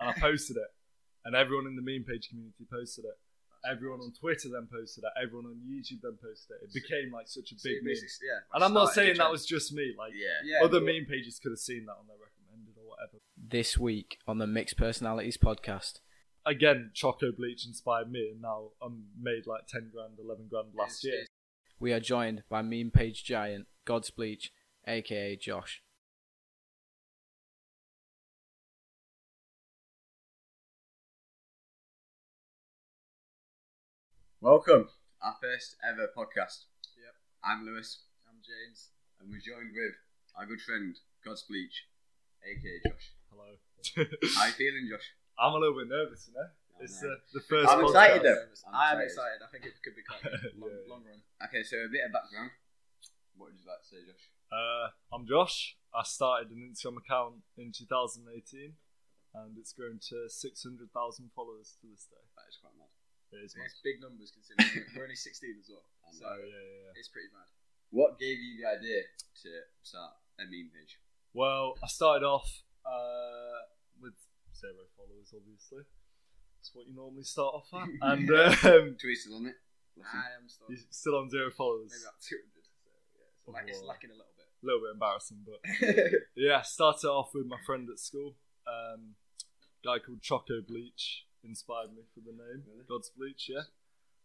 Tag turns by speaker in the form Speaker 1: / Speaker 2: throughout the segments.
Speaker 1: and I posted it, and everyone in the meme page community posted it. Everyone on Twitter then posted it. Everyone on YouTube then posted it. It became like such a
Speaker 2: So
Speaker 1: big
Speaker 2: you
Speaker 1: meme.
Speaker 2: basically- yeah.
Speaker 1: And I'm not
Speaker 2: started
Speaker 1: saying
Speaker 2: a
Speaker 1: that
Speaker 2: trend.
Speaker 1: was just me. Like
Speaker 2: Yeah.
Speaker 3: Yeah,
Speaker 1: other
Speaker 3: you-
Speaker 1: meme pages could have seen that on their recommended or whatever.
Speaker 4: This week on the Mixed Personalities podcast,
Speaker 1: Again, Choco Bleach inspired me, and now I'm made like ten grand, eleven grand last
Speaker 2: It's-
Speaker 1: year.
Speaker 2: it's-
Speaker 4: we are joined by meme page giant God's Bleach, aka Josh.
Speaker 2: Welcome. Our first ever podcast.
Speaker 3: Yep.
Speaker 2: I'm Lewis,
Speaker 3: I'm James.
Speaker 2: and we're joined with our good friend, God's Bleach, aka Josh.
Speaker 1: Hello.
Speaker 2: How you feeling, Josh?
Speaker 1: I'm a little bit nervous, you know.
Speaker 2: I
Speaker 1: It's
Speaker 2: know.
Speaker 1: uh, the first.
Speaker 2: I'm
Speaker 1: podcast.
Speaker 2: excited though. I'm
Speaker 3: I'm
Speaker 2: excited.
Speaker 3: excited. I think it could be quite a long,
Speaker 1: Yeah.
Speaker 3: long run.
Speaker 2: Okay, so a bit of background. What would you like to say, Josh?
Speaker 1: Uh, I'm Josh. I started an Instagram account in 2018, and it's grown to 600,000 followers to this day.
Speaker 2: That is quite mad.
Speaker 1: It is
Speaker 3: It's big numbers considering we're- we're only 16 as well.
Speaker 2: I know.
Speaker 3: So
Speaker 1: Oh, yeah, yeah, yeah.
Speaker 3: it's pretty mad.
Speaker 2: What gave you the idea to start a meme page?
Speaker 1: Well, I started off uh, with zero followers, obviously. That's what you normally start off at. and um,
Speaker 2: Two weeks on it. Listen.
Speaker 3: I am still
Speaker 1: you're
Speaker 3: maybe
Speaker 1: still on zero followers.
Speaker 3: about 200. So yeah, it's, like, it's
Speaker 1: Overall.
Speaker 3: lacking a little bit.
Speaker 1: A little bit embarrassing, but Yeah, I started off with my friend at school. Um, guy called Choco Bleach inspired me for the name
Speaker 2: Really?
Speaker 1: God's Bleach, yeah.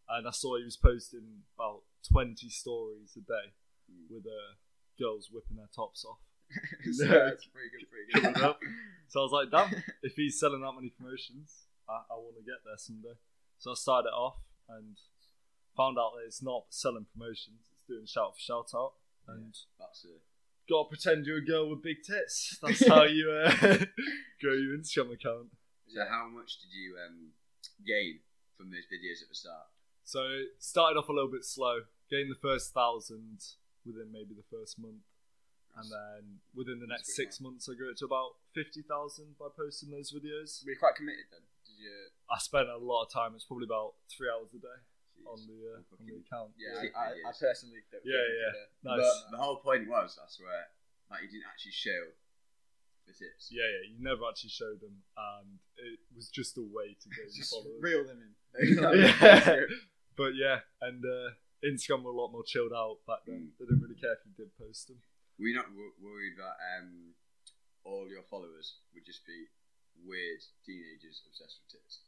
Speaker 1: And I saw he was posting about twenty stories a day
Speaker 2: Mm.
Speaker 1: with uh, girls whipping their tops off.
Speaker 3: so
Speaker 1: No.
Speaker 3: it's pretty good, pretty good.
Speaker 1: Coming up. So I was like, damn, if he's selling that many promotions, I, I want to get there someday. So I started it off and found out that it's not selling promotions; it's doing shout for shout out and.
Speaker 2: That's it.
Speaker 1: Got to pretend you're a girl with big tits. That's how you uh, grow your Instagram account.
Speaker 2: So how much did you um, gain from those videos at the start?
Speaker 1: So it started off a little bit slow, gained the first thousand within maybe the first month, and
Speaker 3: uh,
Speaker 1: then within the next six months, I grew it to about fifty thousand by posting those videos.
Speaker 3: Were you quite committed then? Did you?
Speaker 1: I spent a lot of time. It's probably about three hours a day
Speaker 2: Jeez.
Speaker 1: on the uh, on the account.
Speaker 3: Yeah,
Speaker 2: Yeah,
Speaker 3: I,
Speaker 2: yeah.
Speaker 3: I, I personally don't
Speaker 1: Yeah,
Speaker 3: think I
Speaker 1: yeah.
Speaker 3: could, uh,
Speaker 1: Nice.
Speaker 2: But the whole point was, I swear, like you didn't actually show the tips.
Speaker 1: Yeah, yeah. You never actually showed them, and it was just a way to gain
Speaker 3: Just
Speaker 1: followers.
Speaker 3: reel them in.
Speaker 1: Yeah. but yeah, and uh, Instagram were a lot more chilled out back then.
Speaker 3: Mm.
Speaker 1: They didn't really care if you did post them.
Speaker 2: Were you not w- worried that um, all your followers would just be weird teenagers obsessed with tits?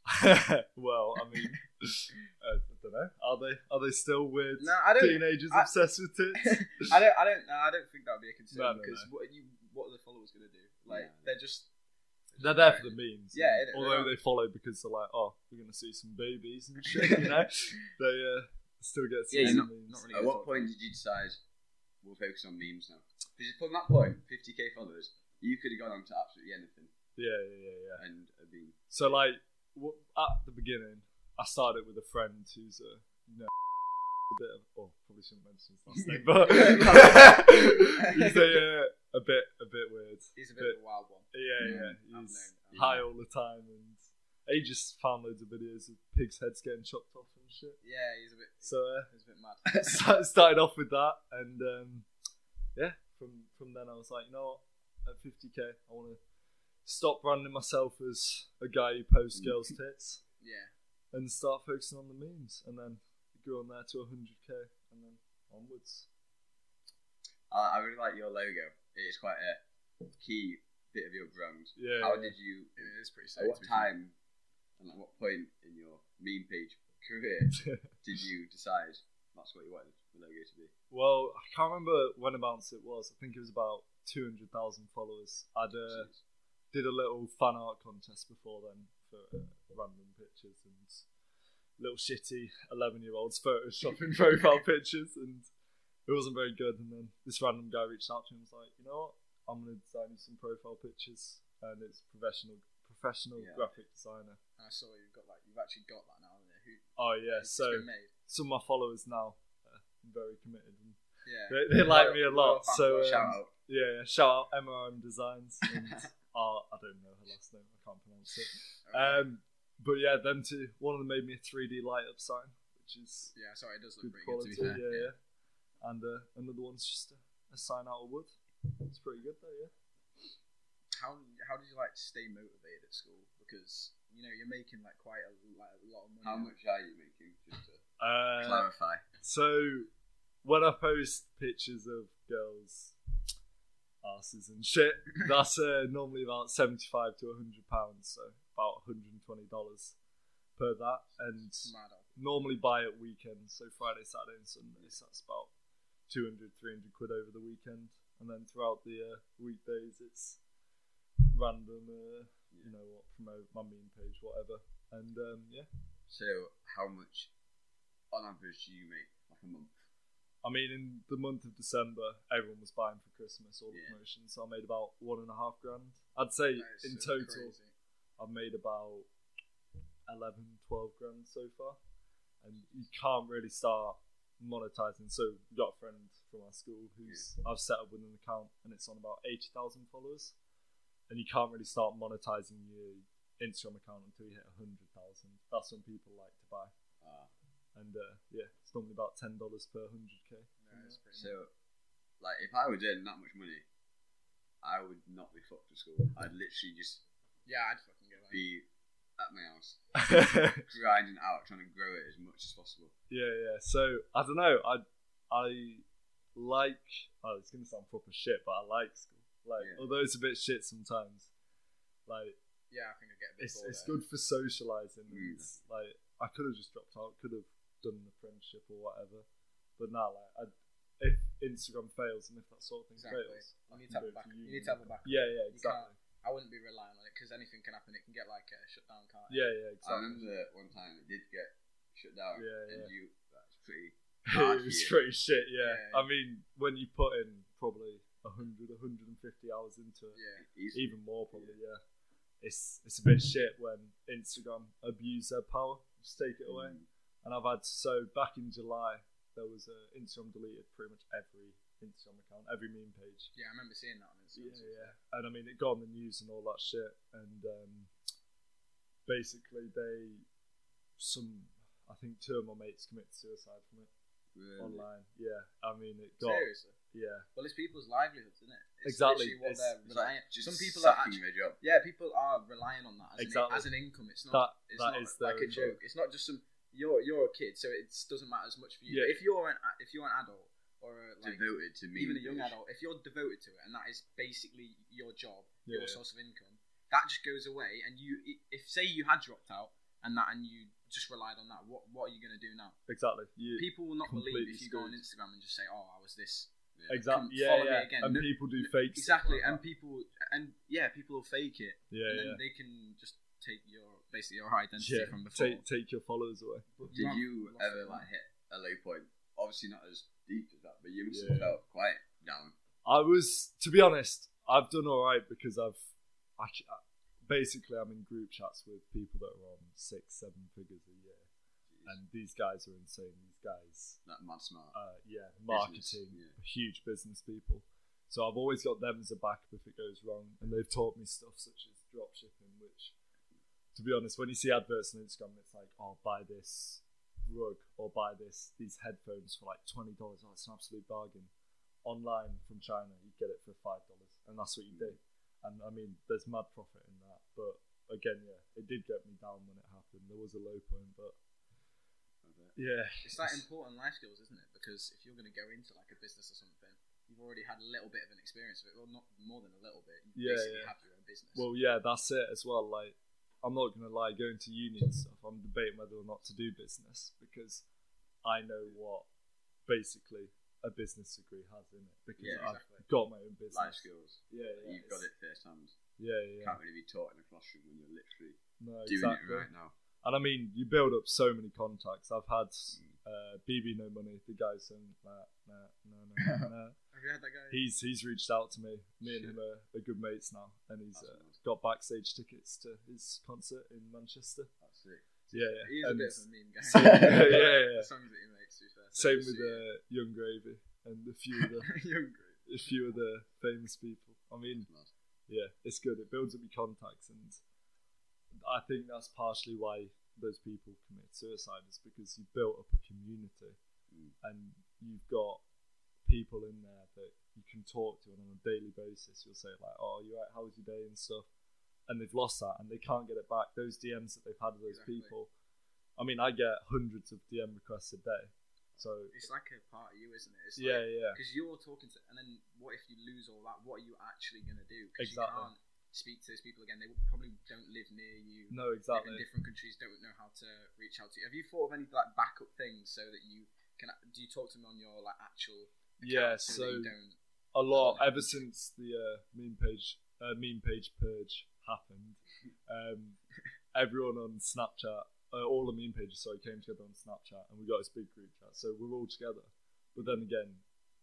Speaker 1: well, I mean, uh, I don't know. Are they are they still weird
Speaker 3: No, I don't.
Speaker 1: teenagers
Speaker 3: I-
Speaker 1: obsessed with tits?
Speaker 3: I don't. I don't. no, I don't think that would be a concern
Speaker 1: No, no,
Speaker 3: because
Speaker 1: no.
Speaker 3: what are you? What are the followers going to do? Like
Speaker 2: No.
Speaker 3: they're just.
Speaker 1: They're there for the memes.
Speaker 3: Yeah, it-
Speaker 1: although they
Speaker 3: they're-
Speaker 1: follow because they're like, oh, we're gonna see some babies and shit. You know, they uh, still get some
Speaker 2: Yeah, you're
Speaker 3: not-
Speaker 1: memes.
Speaker 3: not really-
Speaker 2: At what point did you decide we'll focus on memes now? Because from that point, 50k followers, you could have gone on to absolutely anything
Speaker 1: Yeah, yeah, yeah, yeah.
Speaker 2: and a meme.
Speaker 1: So like w- at the beginning, I started with a friend who's a you know a bit of oh probably shouldn't mention his last name, but he's a uh, a bit a bit weird.
Speaker 3: He's a bit of a wild one.
Speaker 1: Yeah, yeah.
Speaker 3: Mm, I've
Speaker 1: He's
Speaker 3: known-
Speaker 1: high all the time, and he just found loads of videos of pigs' heads getting chopped off and shit.
Speaker 3: Yeah, he's a bit.
Speaker 1: So uh,
Speaker 3: He's a bit mad.
Speaker 1: sta- started off with that, and um, yeah, from from then I was like, you know what, at 50k, I want to stop branding myself as a guy who
Speaker 3: Mm.
Speaker 1: posts girls' tits
Speaker 3: Yeah.
Speaker 1: and start focusing on the memes, and then it grew on there to 100k, and then onwards.
Speaker 2: I, I really like your logo. It is quite a key bit of your brand.
Speaker 1: Yeah,
Speaker 2: How
Speaker 1: yeah.
Speaker 2: did you?
Speaker 3: It is pretty
Speaker 2: At
Speaker 3: sick.
Speaker 2: what
Speaker 3: to be fair.
Speaker 2: time and at what point in your meme page career did you decide that's what you wanted the logo to be?
Speaker 1: well, I can't remember when amounts it was. I think it was about 200,000 followers. I'd uh, did a little fan art contest before then for uh, random pictures and little shitty 11 year olds photoshopping profile pictures and it wasn't very good and then this random guy reached out to me and was like you know what i'm going to design you some profile pictures and it's professional professional
Speaker 2: Yeah.
Speaker 1: graphic designer
Speaker 3: And I saw you've got like you've actually got that now. Haven't you? Who?
Speaker 1: oh yeah
Speaker 3: it's
Speaker 1: so
Speaker 3: been made.
Speaker 1: some of my followers now are very committed and
Speaker 3: Yeah.
Speaker 1: they, they like me a
Speaker 3: Loyal-
Speaker 1: lot
Speaker 3: loyal fans,
Speaker 1: so
Speaker 3: loyal
Speaker 1: um,
Speaker 2: Shout out.
Speaker 1: yeah, yeah shout out mrm designs and uh, i don't know her last name i can't pronounce it Um, but yeah, them two. One of them made me a 3D light up sign, which is
Speaker 3: yeah. Sorry, it does
Speaker 1: good
Speaker 3: look pretty
Speaker 1: quality. yeah,
Speaker 3: good to be fair.
Speaker 1: yeah, And uh, another one's just a, a sign out of wood. It's pretty good though, yeah.
Speaker 3: how how did you like stay motivated at school? Because you know you're making like quite a, like, a lot of money.
Speaker 2: How
Speaker 3: now.
Speaker 2: much are you making? Just to
Speaker 1: Uh,
Speaker 2: clarify.
Speaker 1: so when I post pictures of girls' asses and shit, that's uh, normally about seventy-five to hundred pounds, so about hundred and twenty dollars per that, and
Speaker 3: It's mad. up.
Speaker 1: normally buy at weekends, so Friday, Saturday, and Sunday. So that's about 200, 300 quid over the weekend, and then throughout the uh, weekdays, it's random, uh, you know what, promote my meme page, whatever. And um, yeah,
Speaker 2: So, how much on average do you make like a month?
Speaker 1: I mean, in the month of December, everyone was buying for Christmas all the
Speaker 2: Yeah.
Speaker 1: promotions, so I made about one and a half grand. I'd say
Speaker 3: That is
Speaker 1: in
Speaker 3: so
Speaker 1: total,
Speaker 3: crazy.
Speaker 1: I've made about 11, 12 grand so far. And you can't really start monetizing. So, we got a friend from our school who's I've set up with an account and it's on about 80,000 followers. And you can't really start monetizing your Instagram account until you hit 100,000. That's when people like to buy.
Speaker 2: Uh,
Speaker 1: And uh, yeah, it's normally about $10 per 100k.
Speaker 3: No, it's pretty
Speaker 2: so, like, if I was earning that much money, I would not be fucked to school. I'd literally just
Speaker 3: yeah, I'd fucking go. Like,
Speaker 2: be at my house, grinding out, trying to grow it as much as possible.
Speaker 1: Yeah, yeah. So I don't know. I I like. Oh, it's gonna sound proper shit, but I like school. Like,
Speaker 2: Yeah.
Speaker 1: although it's a bit shit sometimes. Like,
Speaker 3: yeah, I think I get a bit.
Speaker 1: it's
Speaker 3: bored
Speaker 1: it's
Speaker 3: there.
Speaker 1: good for socializing.
Speaker 2: Mm.
Speaker 1: It's like I could have just dropped out. Could have done an apprenticeship or whatever. But now, like, I, if Instagram fails and if that sort of thing
Speaker 3: Exactly.
Speaker 1: fails,
Speaker 3: You
Speaker 1: I
Speaker 3: need
Speaker 1: can
Speaker 3: to have
Speaker 1: go
Speaker 3: a back.
Speaker 1: to
Speaker 3: You
Speaker 1: uni.
Speaker 3: need to have a back.
Speaker 1: Yeah, yeah, exactly.
Speaker 3: I wouldn't be relying on it because anything can happen. It can get like uh, shut down, can't it?
Speaker 1: Yeah, yeah,
Speaker 2: I
Speaker 1: exactly.
Speaker 2: remember one time it did get shut down,
Speaker 1: Yeah,
Speaker 2: and
Speaker 1: yeah.
Speaker 2: you that's pretty.
Speaker 1: it was pretty shit. Yeah.
Speaker 3: Yeah, yeah.
Speaker 1: I mean, when you put in probably 100, 150 hours into it.
Speaker 3: Yeah.
Speaker 2: Easy.
Speaker 1: even more probably. Yeah, it's it's a bit shit when Instagram abuse their power, just take it away. And
Speaker 2: Mm.
Speaker 1: I've had so back in July there was a Instagram deleted pretty much every Instagram account, every meme page.
Speaker 3: Yeah, I remember seeing that on Instagram.
Speaker 1: Yeah, yeah. And I mean, it got on the news and all that shit. And um, basically, they some I think two of my mates committed suicide from it
Speaker 2: Mm, Really.
Speaker 1: online. Yeah, I mean, it got
Speaker 3: Seriously.
Speaker 1: yeah,
Speaker 3: Well, it's people's livelihoods, isn't it? It's
Speaker 1: Exactly,
Speaker 3: literally What
Speaker 1: it's-
Speaker 3: they're
Speaker 2: It's
Speaker 3: relying.
Speaker 2: like just
Speaker 3: Some people are
Speaker 2: sacking
Speaker 3: actually.
Speaker 2: their job.
Speaker 3: Yeah, people are relying on that as,
Speaker 1: Exactly.
Speaker 3: an, as an income. It's not.
Speaker 1: that
Speaker 3: it's
Speaker 1: that
Speaker 3: not
Speaker 1: is
Speaker 3: like
Speaker 1: their
Speaker 3: a joke. It's not just some. You're you're a kid, so it doesn't matter as much for you.
Speaker 1: Yeah.
Speaker 3: But if you're an a- if you're an adult or a, like
Speaker 2: devoted to me.
Speaker 3: even a young adult, if you're devoted to it and that is basically your job,
Speaker 1: Yeah.
Speaker 3: your source of income, that just goes away. And you, if say you had dropped out and that, and you just relied on that, what what are you going to do now?
Speaker 1: exactly. You,
Speaker 3: People will not believe
Speaker 1: Completely
Speaker 3: if you go on Instagram and just say, "Oh, I was this."
Speaker 1: exactly.
Speaker 3: come
Speaker 1: Yeah,
Speaker 3: follow me
Speaker 1: yeah.
Speaker 3: again.
Speaker 1: And
Speaker 3: No-
Speaker 1: people do fake stuff
Speaker 3: Exactly,
Speaker 1: like
Speaker 3: and
Speaker 1: that.
Speaker 3: people, and yeah, people will fake it,
Speaker 1: yeah,
Speaker 3: and
Speaker 1: yeah.
Speaker 3: then they can just take your basically your identity
Speaker 1: yeah,
Speaker 3: from before.
Speaker 1: take, take your followers away.
Speaker 2: Did
Speaker 3: Not-
Speaker 2: you
Speaker 3: not
Speaker 2: ever
Speaker 3: so
Speaker 2: like hit a low point? Obviously not as deep as that, but you must
Speaker 1: Yeah.
Speaker 2: have felt quite down.
Speaker 1: I was, to be honest, I've done all right because I've, I, c- I- basically, I'm in group chats with people that are on six, seven figures a year, and these guys are insane. These guys,
Speaker 2: That mad smart.
Speaker 1: uh, yeah, marketing,
Speaker 2: yeah.
Speaker 1: huge business people. So I've always got them as a backup if it goes wrong, and they've taught me stuff such as drop shipping, which, to be honest, when you see adverts on Instagram, it's like, oh, buy this rug or buy this these headphones for like twenty dollars. Oh, it's an absolute bargain. Online from China, you get it for five dollars, and that's what you do. And I mean, there's mad profit in that, but again, yeah, it did get me down when it happened. There was a low point, but yeah,
Speaker 3: It's like important life skills, isn't it? Because if you're going to go into like a business or something, you've already had a little bit of an experience of it. Well, not more than a little bit. You
Speaker 1: Yeah,
Speaker 3: basically
Speaker 1: yeah.
Speaker 3: have your own business.
Speaker 1: Well, yeah, that's it as well. Like, I'm not gonna lie, going to uni and stuff, I'm debating whether or not to do business because I know what basically a business degree has in it because
Speaker 2: Yeah,
Speaker 1: I've got my own business.
Speaker 2: Life skills.
Speaker 1: Yeah, yeah,
Speaker 2: You've got
Speaker 1: it's-
Speaker 2: it first hand.
Speaker 1: Yeah,
Speaker 2: You
Speaker 1: yeah.
Speaker 2: Can't really be taught in a classroom when you're literally
Speaker 1: No,
Speaker 2: doing
Speaker 1: exactly.
Speaker 2: it right now.
Speaker 1: And I mean, you build up so many contacts. I've had uh, BB No Money, the guy saying nah, nah, no, no, no.
Speaker 3: have you had that guy?
Speaker 1: He's he's reached out to me. Me and him are, are good mates now, and he's
Speaker 2: That's
Speaker 1: uh,
Speaker 2: mad.
Speaker 1: got backstage tickets to his concert in Manchester.
Speaker 2: That's sick.
Speaker 1: Yeah, yeah.
Speaker 3: He is a
Speaker 1: and-
Speaker 3: bit of a mean guy.
Speaker 1: same, yeah, yeah, yeah.
Speaker 3: The songs that he makes, to be fair.
Speaker 1: Same
Speaker 3: They're
Speaker 1: with
Speaker 3: just-
Speaker 1: uh, Young Gravy and a few of the
Speaker 3: Young group.
Speaker 1: a few of the famous people. I mean,
Speaker 2: That's mad.
Speaker 1: yeah, it's good. It builds up your contacts, and I think that's partially why those people commit suicide is because you've built up a community
Speaker 2: Mm.
Speaker 1: and you've got people in there that you can talk to, and on a daily basis, you'll say like, "Oh, you right? How was your day?" and stuff, and they've lost that, and they can't get it back. Those DMs that they've had of those
Speaker 3: Exactly.
Speaker 1: people. I mean, I get hundreds of DM requests a day, so
Speaker 3: It's like a part of you, isn't it? It's like,
Speaker 1: yeah, yeah,
Speaker 3: Because you're talking to, and then what if you lose all that? What are you actually going to do? Because
Speaker 1: Exactly.
Speaker 3: you can't speak to those people again. They probably don't live near you.
Speaker 1: no,
Speaker 3: live
Speaker 1: exactly.
Speaker 3: in different countries, don't know how to reach out to you. Have you thought of any like backup things so that you can? Do you talk to them on your like actual? account
Speaker 1: Yeah,
Speaker 3: so, that you
Speaker 1: so-
Speaker 3: don't.
Speaker 1: a lot ever since the uh, meme page uh, meme page purge happened. Um, everyone on Snapchat, uh, all the meme pages, sorry, came together on Snapchat, and we got this big group chat. So we're all together. But then again,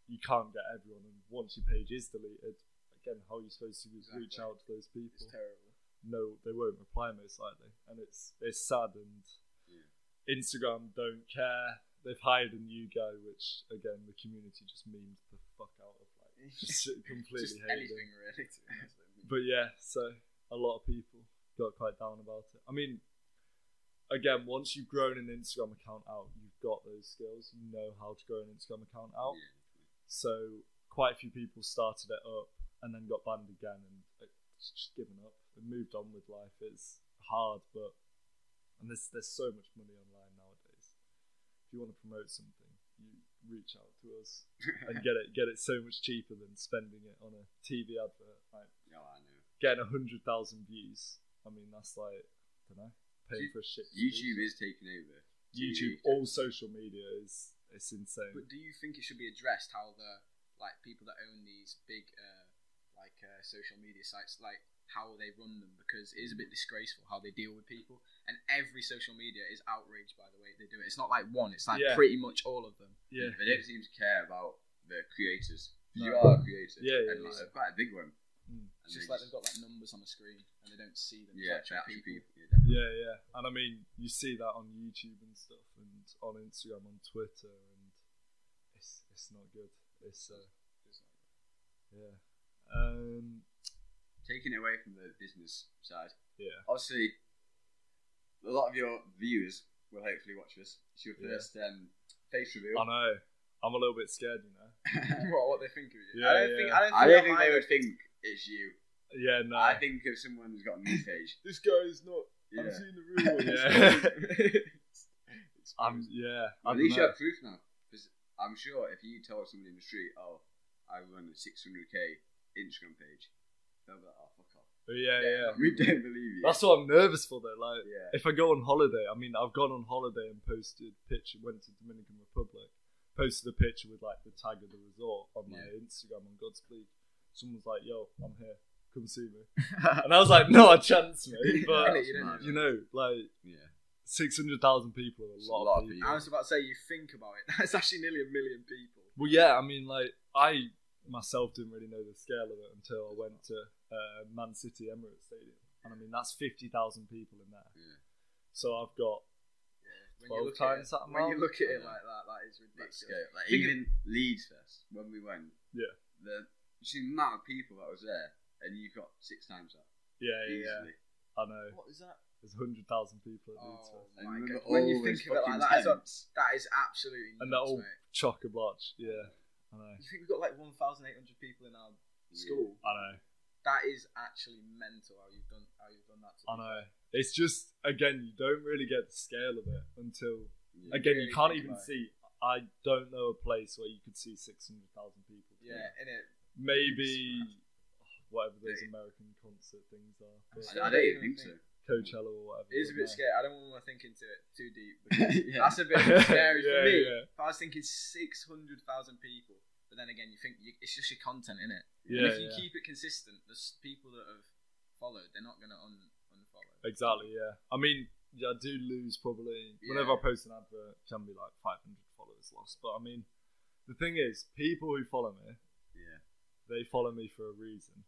Speaker 1: you can't get everyone, and once your page is deleted, again, how are you supposed to reach
Speaker 3: Exactly.
Speaker 1: out to those people?
Speaker 3: It's terrible.
Speaker 1: no, they won't reply most likely, and it's it's sad. And
Speaker 2: Yeah.
Speaker 1: Instagram don't care. They've hired a new guy, which again the community just memes the fuck out of, like just completely
Speaker 3: Just
Speaker 1: hate him.
Speaker 3: anything really. To be honest.
Speaker 1: But yeah, so a lot of people got quite down about it. I mean, again, once you've grown an Instagram account out, you've got those skills. You know how to grow an Instagram account out.
Speaker 2: Yeah.
Speaker 1: So quite a few people started it up and then got banned again and it's just given up and moved on with life. It's hard, but and there's there's so much money online nowadays. If you want to promote something, you reach out to us and get it get it so much cheaper than spending it on a TV advert. Like
Speaker 2: No, I know.
Speaker 1: getting a hundred thousand views. I mean, that's like I don't know, paying
Speaker 2: You-
Speaker 1: for a shit.
Speaker 2: YouTube is taking over.
Speaker 1: YouTube. All social media is it's insane.
Speaker 3: But do you think it should be addressed how the like people that own these big uh, like uh, social media sites like how they run them because it is a bit disgraceful how they deal with people and every social media is outraged by the way they do it. It's not like one; it's like
Speaker 1: Yeah.
Speaker 3: pretty much all of them.
Speaker 1: yeah,
Speaker 2: They don't seem to care about the creators. 'Cause You
Speaker 1: No.
Speaker 2: are a creator.
Speaker 1: Yeah, yeah,
Speaker 2: and
Speaker 1: yeah.
Speaker 2: It's quite a big one.
Speaker 1: Mm.
Speaker 2: And
Speaker 3: It's
Speaker 2: they
Speaker 3: just like they've got like numbers on the screen and they don't see them. as
Speaker 2: yeah,
Speaker 3: actual
Speaker 2: actual
Speaker 3: people.
Speaker 2: people. Yeah,
Speaker 1: yeah, yeah. And I mean, you see that on YouTube and stuff, and on Instagram, on Twitter, and it's it's not good. It's uh, yeah, um,
Speaker 2: taking it away from the business side.
Speaker 1: yeah,
Speaker 2: Obviously, a lot of your viewers will hopefully watch this. It's your
Speaker 1: Yeah.
Speaker 2: first um, face reveal.
Speaker 1: I know. I'm a little bit scared, you know.
Speaker 3: what, what they think of you?
Speaker 1: Yeah,
Speaker 3: I don't think.
Speaker 1: yeah.
Speaker 3: I don't think,
Speaker 2: I don't think
Speaker 3: I-
Speaker 2: they would think it's you.
Speaker 1: Yeah, no.
Speaker 2: I think if someone has got a new page.
Speaker 1: this guy is not.
Speaker 2: Yeah.
Speaker 1: seen the real Yeah,
Speaker 2: Yeah.
Speaker 1: I'm. Yeah, I
Speaker 2: At
Speaker 1: don't
Speaker 2: least you
Speaker 1: know.
Speaker 2: have proof now. 'Cause I'm sure if you told somebody in the street, oh, I run a 600k Instagram page, they'll be like, oh, fuck off.
Speaker 1: But yeah, yeah.
Speaker 2: We don't believe you.
Speaker 1: That's what I'm nervous for, though. Like,
Speaker 2: yeah.
Speaker 1: if I go on holiday, I mean, I've gone on holiday and posted picture, went to Dominican Republic, posted a picture with like the tag of the resort on my Instagram on God's Please. Someone's like, yo, I'm here, come see me. and I was like, no, a chance, mate. But,
Speaker 3: you don't
Speaker 1: you know, like
Speaker 2: Yeah.
Speaker 1: 600,000 people are a
Speaker 2: It's
Speaker 1: lot, of people.
Speaker 3: I was about to say you think about it. That's actually nearly a million people.
Speaker 1: Well, yeah, I mean, like, I myself didn't really know the scale of it until I went to uh, Man City Emirates Stadium. And I mean, that's 50,0and people in there.
Speaker 2: Yeah.
Speaker 1: So I've got
Speaker 3: When
Speaker 1: 12
Speaker 3: you look
Speaker 1: times
Speaker 3: at
Speaker 1: that
Speaker 3: it, when
Speaker 1: amount.
Speaker 3: you look at it
Speaker 2: Yeah.
Speaker 3: like that, that is
Speaker 2: Let's
Speaker 3: ridiculous.
Speaker 2: go. Like,
Speaker 3: Think of-
Speaker 2: even Leeds Fest, when we went,
Speaker 1: Yeah.
Speaker 2: the, you see the amount of people that was there, and you got six times that.
Speaker 1: Yeah, yeah,
Speaker 2: easily.
Speaker 1: yeah. I know.
Speaker 3: What is that?
Speaker 1: There's 100,000 people at Leeds
Speaker 3: Oh
Speaker 1: Fest.
Speaker 2: And
Speaker 3: my
Speaker 2: remember
Speaker 3: god! When
Speaker 2: all
Speaker 3: you
Speaker 2: those
Speaker 3: think of it
Speaker 2: fucking
Speaker 3: like that, is a-
Speaker 2: tents.
Speaker 3: that is absolutely nuts,
Speaker 1: And that all-
Speaker 3: mate.
Speaker 1: Chock a block. Yeah, I know.
Speaker 3: You think we've got like 1,800 people in our school?
Speaker 1: I know.
Speaker 3: That is actually mental. How you've done? How you've done that? To
Speaker 1: I know. It's just, again, you don't really get the scale of it until.
Speaker 2: Yeah.
Speaker 1: Again,
Speaker 3: really
Speaker 1: you can't
Speaker 3: think
Speaker 1: even
Speaker 3: about
Speaker 1: see.
Speaker 3: it.
Speaker 1: I don't know a place where you could see 600,000 people.
Speaker 3: Yeah, in it.
Speaker 1: Maybe whatever those
Speaker 2: Yeah.
Speaker 1: American concert things are.
Speaker 2: I,
Speaker 1: but
Speaker 2: I don't even think so.
Speaker 1: Coachella or whatever.
Speaker 3: It is
Speaker 1: but
Speaker 3: a
Speaker 1: no.
Speaker 3: bit scary. I don't want to think into it too deep. Because
Speaker 2: Yeah.
Speaker 3: That's a bit scary for
Speaker 1: Yeah,
Speaker 3: me.
Speaker 1: yeah.
Speaker 3: If I was thinking 600,000 people, but then again, you think you, it's just your content, innit? and
Speaker 1: Yeah,
Speaker 3: if you
Speaker 1: yeah.
Speaker 3: keep it consistent, the s- people that have followed, they're not going to un- unfollow.
Speaker 1: Exactly, yeah. I mean, yeah, I do lose probably whenever I post an advert, it can be like 500 followers lost. But I mean, the thing is, people who follow me,
Speaker 2: Yeah.
Speaker 1: they follow me for a reason.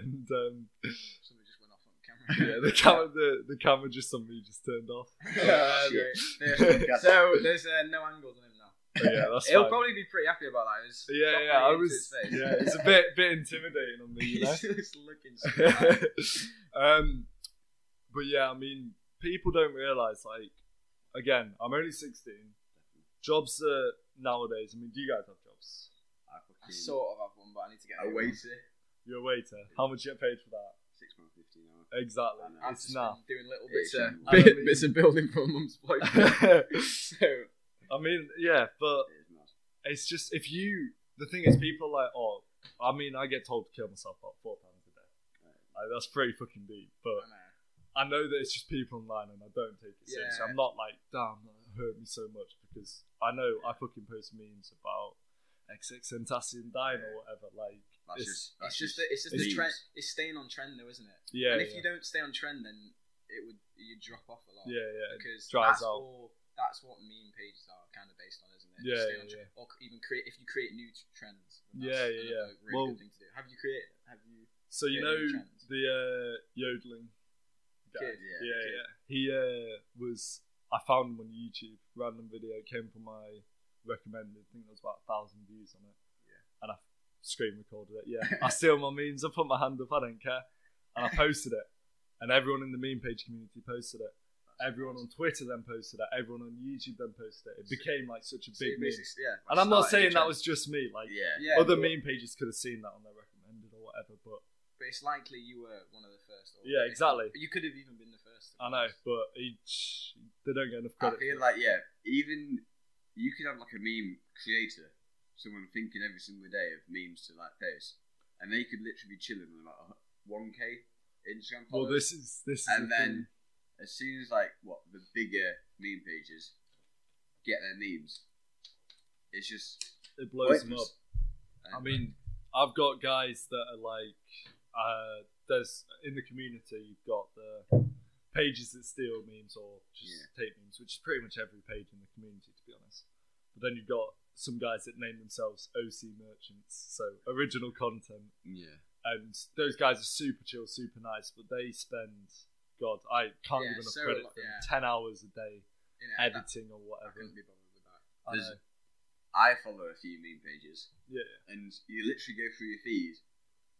Speaker 1: and um,
Speaker 3: Somebody just went off on camera.
Speaker 1: yeah, the camera, the, the camera just suddenly just turned off.
Speaker 3: Yeah,
Speaker 2: Shit.
Speaker 3: there- there- so there's uh, no angles on him now.
Speaker 1: But yeah, that's
Speaker 3: He'll
Speaker 1: fine.
Speaker 3: probably be pretty happy about that. It's
Speaker 1: yeah,
Speaker 3: properly
Speaker 1: yeah, I
Speaker 3: into
Speaker 1: was.
Speaker 3: his face.
Speaker 1: Yeah, it's a bit bit intimidating on me, you know.
Speaker 3: He's just looking. straight at him.
Speaker 1: um, but yeah, I mean, people don't realize. Like, again, I'm only 16. Jobs are nowadays? I mean, do you guys have jobs?
Speaker 3: I
Speaker 2: I fucking
Speaker 3: sort of have one, but I need to get
Speaker 2: I
Speaker 3: over it.
Speaker 2: waited
Speaker 1: You're a waiter. How much do you get paid for that?
Speaker 2: six pound fifty an hour.
Speaker 1: Exactly.
Speaker 2: I know.
Speaker 3: I've
Speaker 1: It's
Speaker 3: just
Speaker 1: not.
Speaker 3: been doing little
Speaker 2: It
Speaker 3: bits of,
Speaker 2: shouldn't
Speaker 1: work.
Speaker 3: bit, bits of building for my mum's boyfriend. so
Speaker 1: I mean, yeah, but
Speaker 2: It is mad.
Speaker 1: it's just if you. The thing is, people are like, oh, I mean, I get told to kill myself about four times a day. Like, that's pretty fucking deep, but
Speaker 3: I know.
Speaker 1: I know that it's just people online and I don't take it seriously.
Speaker 3: Yeah.
Speaker 1: I'm not like, damn, that hurt me so much because I know I fucking post memes about XX and dying or whatever. Like, it's,
Speaker 2: That's just, that's
Speaker 3: It's just the, it's just the
Speaker 2: memes.
Speaker 3: trend. It's staying on trend though, isn't it?
Speaker 1: yeah,
Speaker 3: and if
Speaker 1: yeah,
Speaker 3: you don't stay on trend, then it would you drop off a lot.
Speaker 1: yeah, yeah,
Speaker 3: because
Speaker 1: dries
Speaker 3: that's
Speaker 1: out.
Speaker 3: all. That's what meme pages are kind of based on, isn't it?
Speaker 1: Yeah,
Speaker 3: Stay
Speaker 1: yeah,
Speaker 3: on trend. Or c- even create if you create new t- trends. then
Speaker 1: Yeah,
Speaker 3: that's
Speaker 1: yeah,
Speaker 3: another
Speaker 1: yeah.
Speaker 3: Really
Speaker 1: Well-
Speaker 3: good thing to do. Have you created? Have you?
Speaker 1: So you
Speaker 3: Yeah,
Speaker 1: know
Speaker 3: new trends.
Speaker 1: the uh, yodeling guy.
Speaker 3: Kid,
Speaker 1: yeah,
Speaker 2: yeah,
Speaker 1: yeah. He uh, was. I found him on YouTube. Random video it came from my recommended. I think there was about a thousand views on it.
Speaker 2: Yeah.
Speaker 1: And I screen recorded it. Yeah. I steal my memes. I put my hand up. I don't care. And I posted it. And everyone in the meme page community posted it. Everyone on Twitter then posted it. Everyone on YouTube then posted it. It became like such a
Speaker 3: so you
Speaker 1: big meme.
Speaker 3: basically- yeah.
Speaker 1: And I'm not
Speaker 3: started a
Speaker 1: saying that
Speaker 3: trend.
Speaker 1: was just me. Like
Speaker 2: yeah.
Speaker 3: Yeah,
Speaker 1: other
Speaker 3: you were-
Speaker 1: meme pages could have seen that on their recommended or whatever. But
Speaker 3: but it's likely you were one of the first. Or
Speaker 1: Yeah,
Speaker 3: if-
Speaker 1: exactly.
Speaker 3: You could have even been the first.
Speaker 1: I
Speaker 3: to be
Speaker 1: know,
Speaker 3: honest.
Speaker 1: but he, they don't get enough
Speaker 2: I
Speaker 1: credit.
Speaker 2: feel like yeah, even you could have like a meme creator, someone thinking every single day of memes to like post, and they could literally be chilling with like one k Instagram
Speaker 1: Well, this
Speaker 2: followers.
Speaker 1: is this is
Speaker 2: and
Speaker 1: the
Speaker 2: then as soon as like what the bigger meme pages get their memes, it's just
Speaker 1: thing. it blows them up.
Speaker 2: pointless.
Speaker 1: I
Speaker 2: And,
Speaker 1: mean, I've got guys that are like, uh, there's in the community you've got the pages that steal memes or just take memes, which is pretty much every page in the community to be honest. But then you've got some guys that name themselves OC merchants, so original content,
Speaker 2: yeah,
Speaker 1: and those guys are super chill, super nice, but they spend. God, I can't
Speaker 3: Yeah,
Speaker 1: give enough
Speaker 3: so
Speaker 1: credit
Speaker 3: lo-
Speaker 1: for them.
Speaker 3: yeah.
Speaker 1: Ten hours a day
Speaker 3: You know, that-
Speaker 1: editing or
Speaker 3: I
Speaker 1: whatever.
Speaker 3: couldn't be bothered with that.
Speaker 1: I
Speaker 2: There's-
Speaker 1: know.
Speaker 2: I follow a few meme pages,
Speaker 1: Yeah,
Speaker 2: and you literally go through your feed,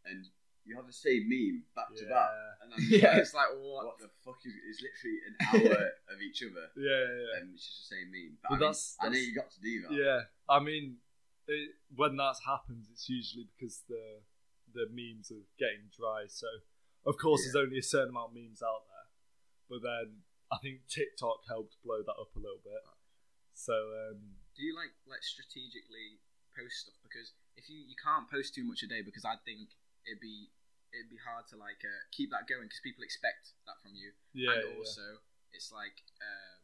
Speaker 2: and you have the same meme back to back, and I'm just
Speaker 3: Yeah,
Speaker 2: like,
Speaker 3: it's like what?
Speaker 2: what the fuck is? It's literally an hour of each other.
Speaker 1: yeah, yeah,
Speaker 2: um, it's just the same meme.
Speaker 1: But
Speaker 2: But I, mean,
Speaker 1: that's-
Speaker 2: I know
Speaker 1: that's-
Speaker 2: you got to do that.
Speaker 1: yeah. yeah. I mean, it, when that happens, it's usually because the the memes are getting dry. So, of course, there's only a certain amount of memes out there. But then I think TikTok helped blow that up a little bit. So, um,
Speaker 3: do you like like strategically post stuff because if you you can't post too much a day because I think it'd be it'd be hard to like uh, keep that going because people expect that from you
Speaker 1: yeah,
Speaker 3: and
Speaker 1: yeah,
Speaker 3: also it's like uh,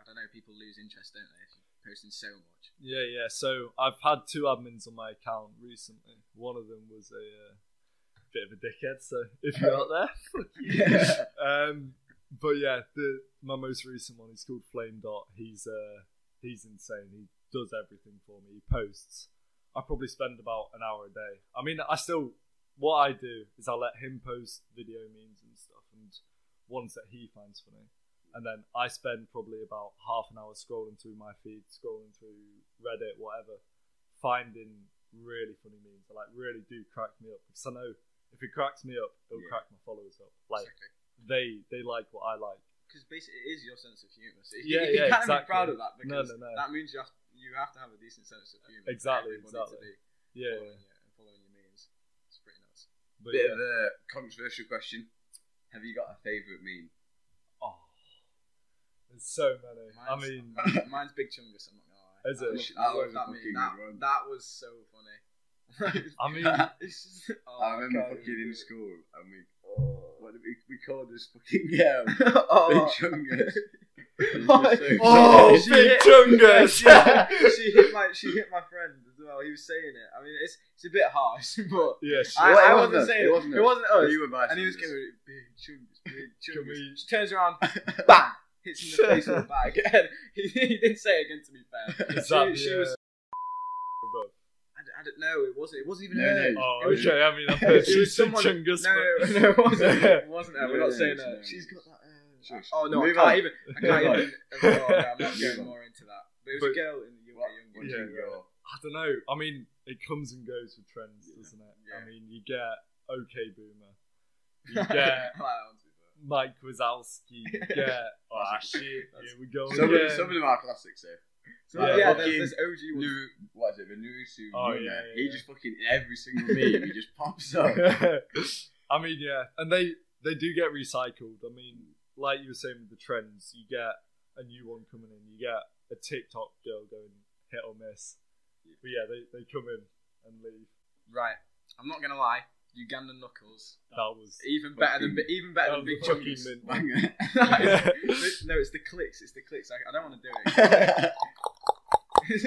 Speaker 3: I don't know people lose interest don't they if you're posting so much
Speaker 1: yeah, yeah. So I've had two admins on my account recently. One of them was a uh, bit of a dickhead. So if you're out there,
Speaker 2: Yeah.
Speaker 1: um, but yeah, the my most recent one is called Flame Dot. He's uh, he's insane. He does everything for me. He posts. I probably spend about an hour a day. I mean, I still what I do is I let him post video memes and stuff and ones that he finds funny, and then I spend probably about half an hour scrolling through my feed, scrolling through Reddit, whatever, finding really funny memes that like really do crack me up because I know if it cracks me up, it'll
Speaker 2: Yeah.
Speaker 1: crack my followers up. Like they they like what I like.
Speaker 3: because basically it is your sense of humour so
Speaker 1: Yeah,
Speaker 3: you, you
Speaker 1: yeah,
Speaker 3: can't
Speaker 1: exactly.
Speaker 3: be proud of that
Speaker 1: No,
Speaker 3: because
Speaker 1: no, no.
Speaker 3: that means you have you have to have a decent sense of humour for
Speaker 1: Exactly,
Speaker 3: everybody to
Speaker 1: exactly.
Speaker 3: be
Speaker 1: Yeah,
Speaker 3: following you and following your memes it's pretty nuts
Speaker 1: but
Speaker 2: Bit
Speaker 1: yeah.
Speaker 2: of a controversial question. Have you got a favourite meme?
Speaker 1: Oh, there's so many. I
Speaker 3: Mine's-
Speaker 1: mean,
Speaker 3: mine- mine's Big Chungus. I'm not gonna lie.
Speaker 1: Is
Speaker 3: I
Speaker 1: it?
Speaker 3: love-
Speaker 2: That
Speaker 3: I love
Speaker 2: was a
Speaker 3: that,
Speaker 2: fucking
Speaker 3: meme. That,
Speaker 2: good one.
Speaker 3: that was so funny.
Speaker 1: I mean,
Speaker 3: It's just- oh,
Speaker 2: I remember
Speaker 3: God, it
Speaker 2: fucking in
Speaker 3: was
Speaker 2: school and we
Speaker 1: Oh.
Speaker 2: what did we, we called this fucking girl Big
Speaker 3: Oh,
Speaker 2: Chungus. It was just so
Speaker 1: oh,
Speaker 3: She
Speaker 1: big
Speaker 3: hit-
Speaker 1: chungus.
Speaker 3: yeah,
Speaker 1: yeah,
Speaker 3: she, she hit my she hit my friend as well. He was saying it. I mean, it's it's a bit harsh, but
Speaker 1: yes.
Speaker 3: I,
Speaker 2: Well, it
Speaker 3: I
Speaker 2: wasn't
Speaker 3: wasn't,
Speaker 2: us,
Speaker 3: saying
Speaker 2: it wasn't
Speaker 3: it.
Speaker 2: us.
Speaker 3: wasn't
Speaker 1: Oh.
Speaker 2: good.
Speaker 3: us.
Speaker 2: You were by
Speaker 3: and he was
Speaker 2: Sanders.
Speaker 3: going big chungus, big
Speaker 1: Can
Speaker 3: chungus.
Speaker 1: we?
Speaker 3: She turns around, bang, hits him in the face with a bag. And he, he didn't say it again. To be fair,
Speaker 1: Is
Speaker 3: she,
Speaker 1: that
Speaker 3: she
Speaker 1: the,
Speaker 3: was.
Speaker 1: above?
Speaker 3: I, d- I don't know. It wasn't. It wasn't even
Speaker 2: No,
Speaker 3: her
Speaker 2: no,
Speaker 3: name.
Speaker 1: Oh,
Speaker 3: It was-
Speaker 1: okay. I mean, I've
Speaker 3: It
Speaker 1: heard
Speaker 3: was
Speaker 1: she said
Speaker 3: someone-
Speaker 1: chungus.
Speaker 3: No,
Speaker 1: but-
Speaker 3: no, it wasn't. It wasn't her. We're
Speaker 2: No,
Speaker 3: not saying
Speaker 2: no,
Speaker 3: that.
Speaker 2: no.
Speaker 3: She's got that. Uh,
Speaker 2: Shush.
Speaker 3: oh no, I
Speaker 2: Move
Speaker 3: can't
Speaker 2: on.
Speaker 3: even. I
Speaker 1: Move
Speaker 3: can't even. Oh, no, I'm not
Speaker 2: Move
Speaker 3: going
Speaker 2: on.
Speaker 3: more into that. But it was
Speaker 1: But-
Speaker 3: a girl in the
Speaker 2: What,
Speaker 3: UK.
Speaker 2: what
Speaker 1: Yeah.
Speaker 2: do you got?
Speaker 1: I don't know. I mean, it comes and goes with trends, doesn't it? I
Speaker 3: Yeah.
Speaker 1: mean, you get OK Boomer, you get Mike Wazowski, you get. Ah, shit. Here we go.
Speaker 3: Oh,
Speaker 2: Some, of,
Speaker 1: again.
Speaker 2: some of them are classics though.
Speaker 3: So
Speaker 1: Yeah,
Speaker 3: yeah,
Speaker 2: fucking
Speaker 3: there- there's OG ones.
Speaker 2: New, what is it? The new Sue.
Speaker 1: Oh,
Speaker 2: Yuna.
Speaker 1: yeah, yeah,
Speaker 2: He
Speaker 1: yeah.
Speaker 2: just fucking in every single meme. he just pops up.
Speaker 1: I mean, yeah, and they they do get recycled. I mean, like you were saying with the trends, you get a new one coming in. You get a TikTok girl going hit or miss, but yeah, they, they come in and leave.
Speaker 3: Right, I'm not gonna lie. Uganda Knuckles,
Speaker 1: That was
Speaker 3: even better than Bi- even better than
Speaker 1: that was
Speaker 3: Big
Speaker 1: a fucking
Speaker 3: Chucky's.
Speaker 1: mint.
Speaker 2: Banger.
Speaker 3: no, it's the clicks. It's the clicks. I, I don't want to do it.
Speaker 2: just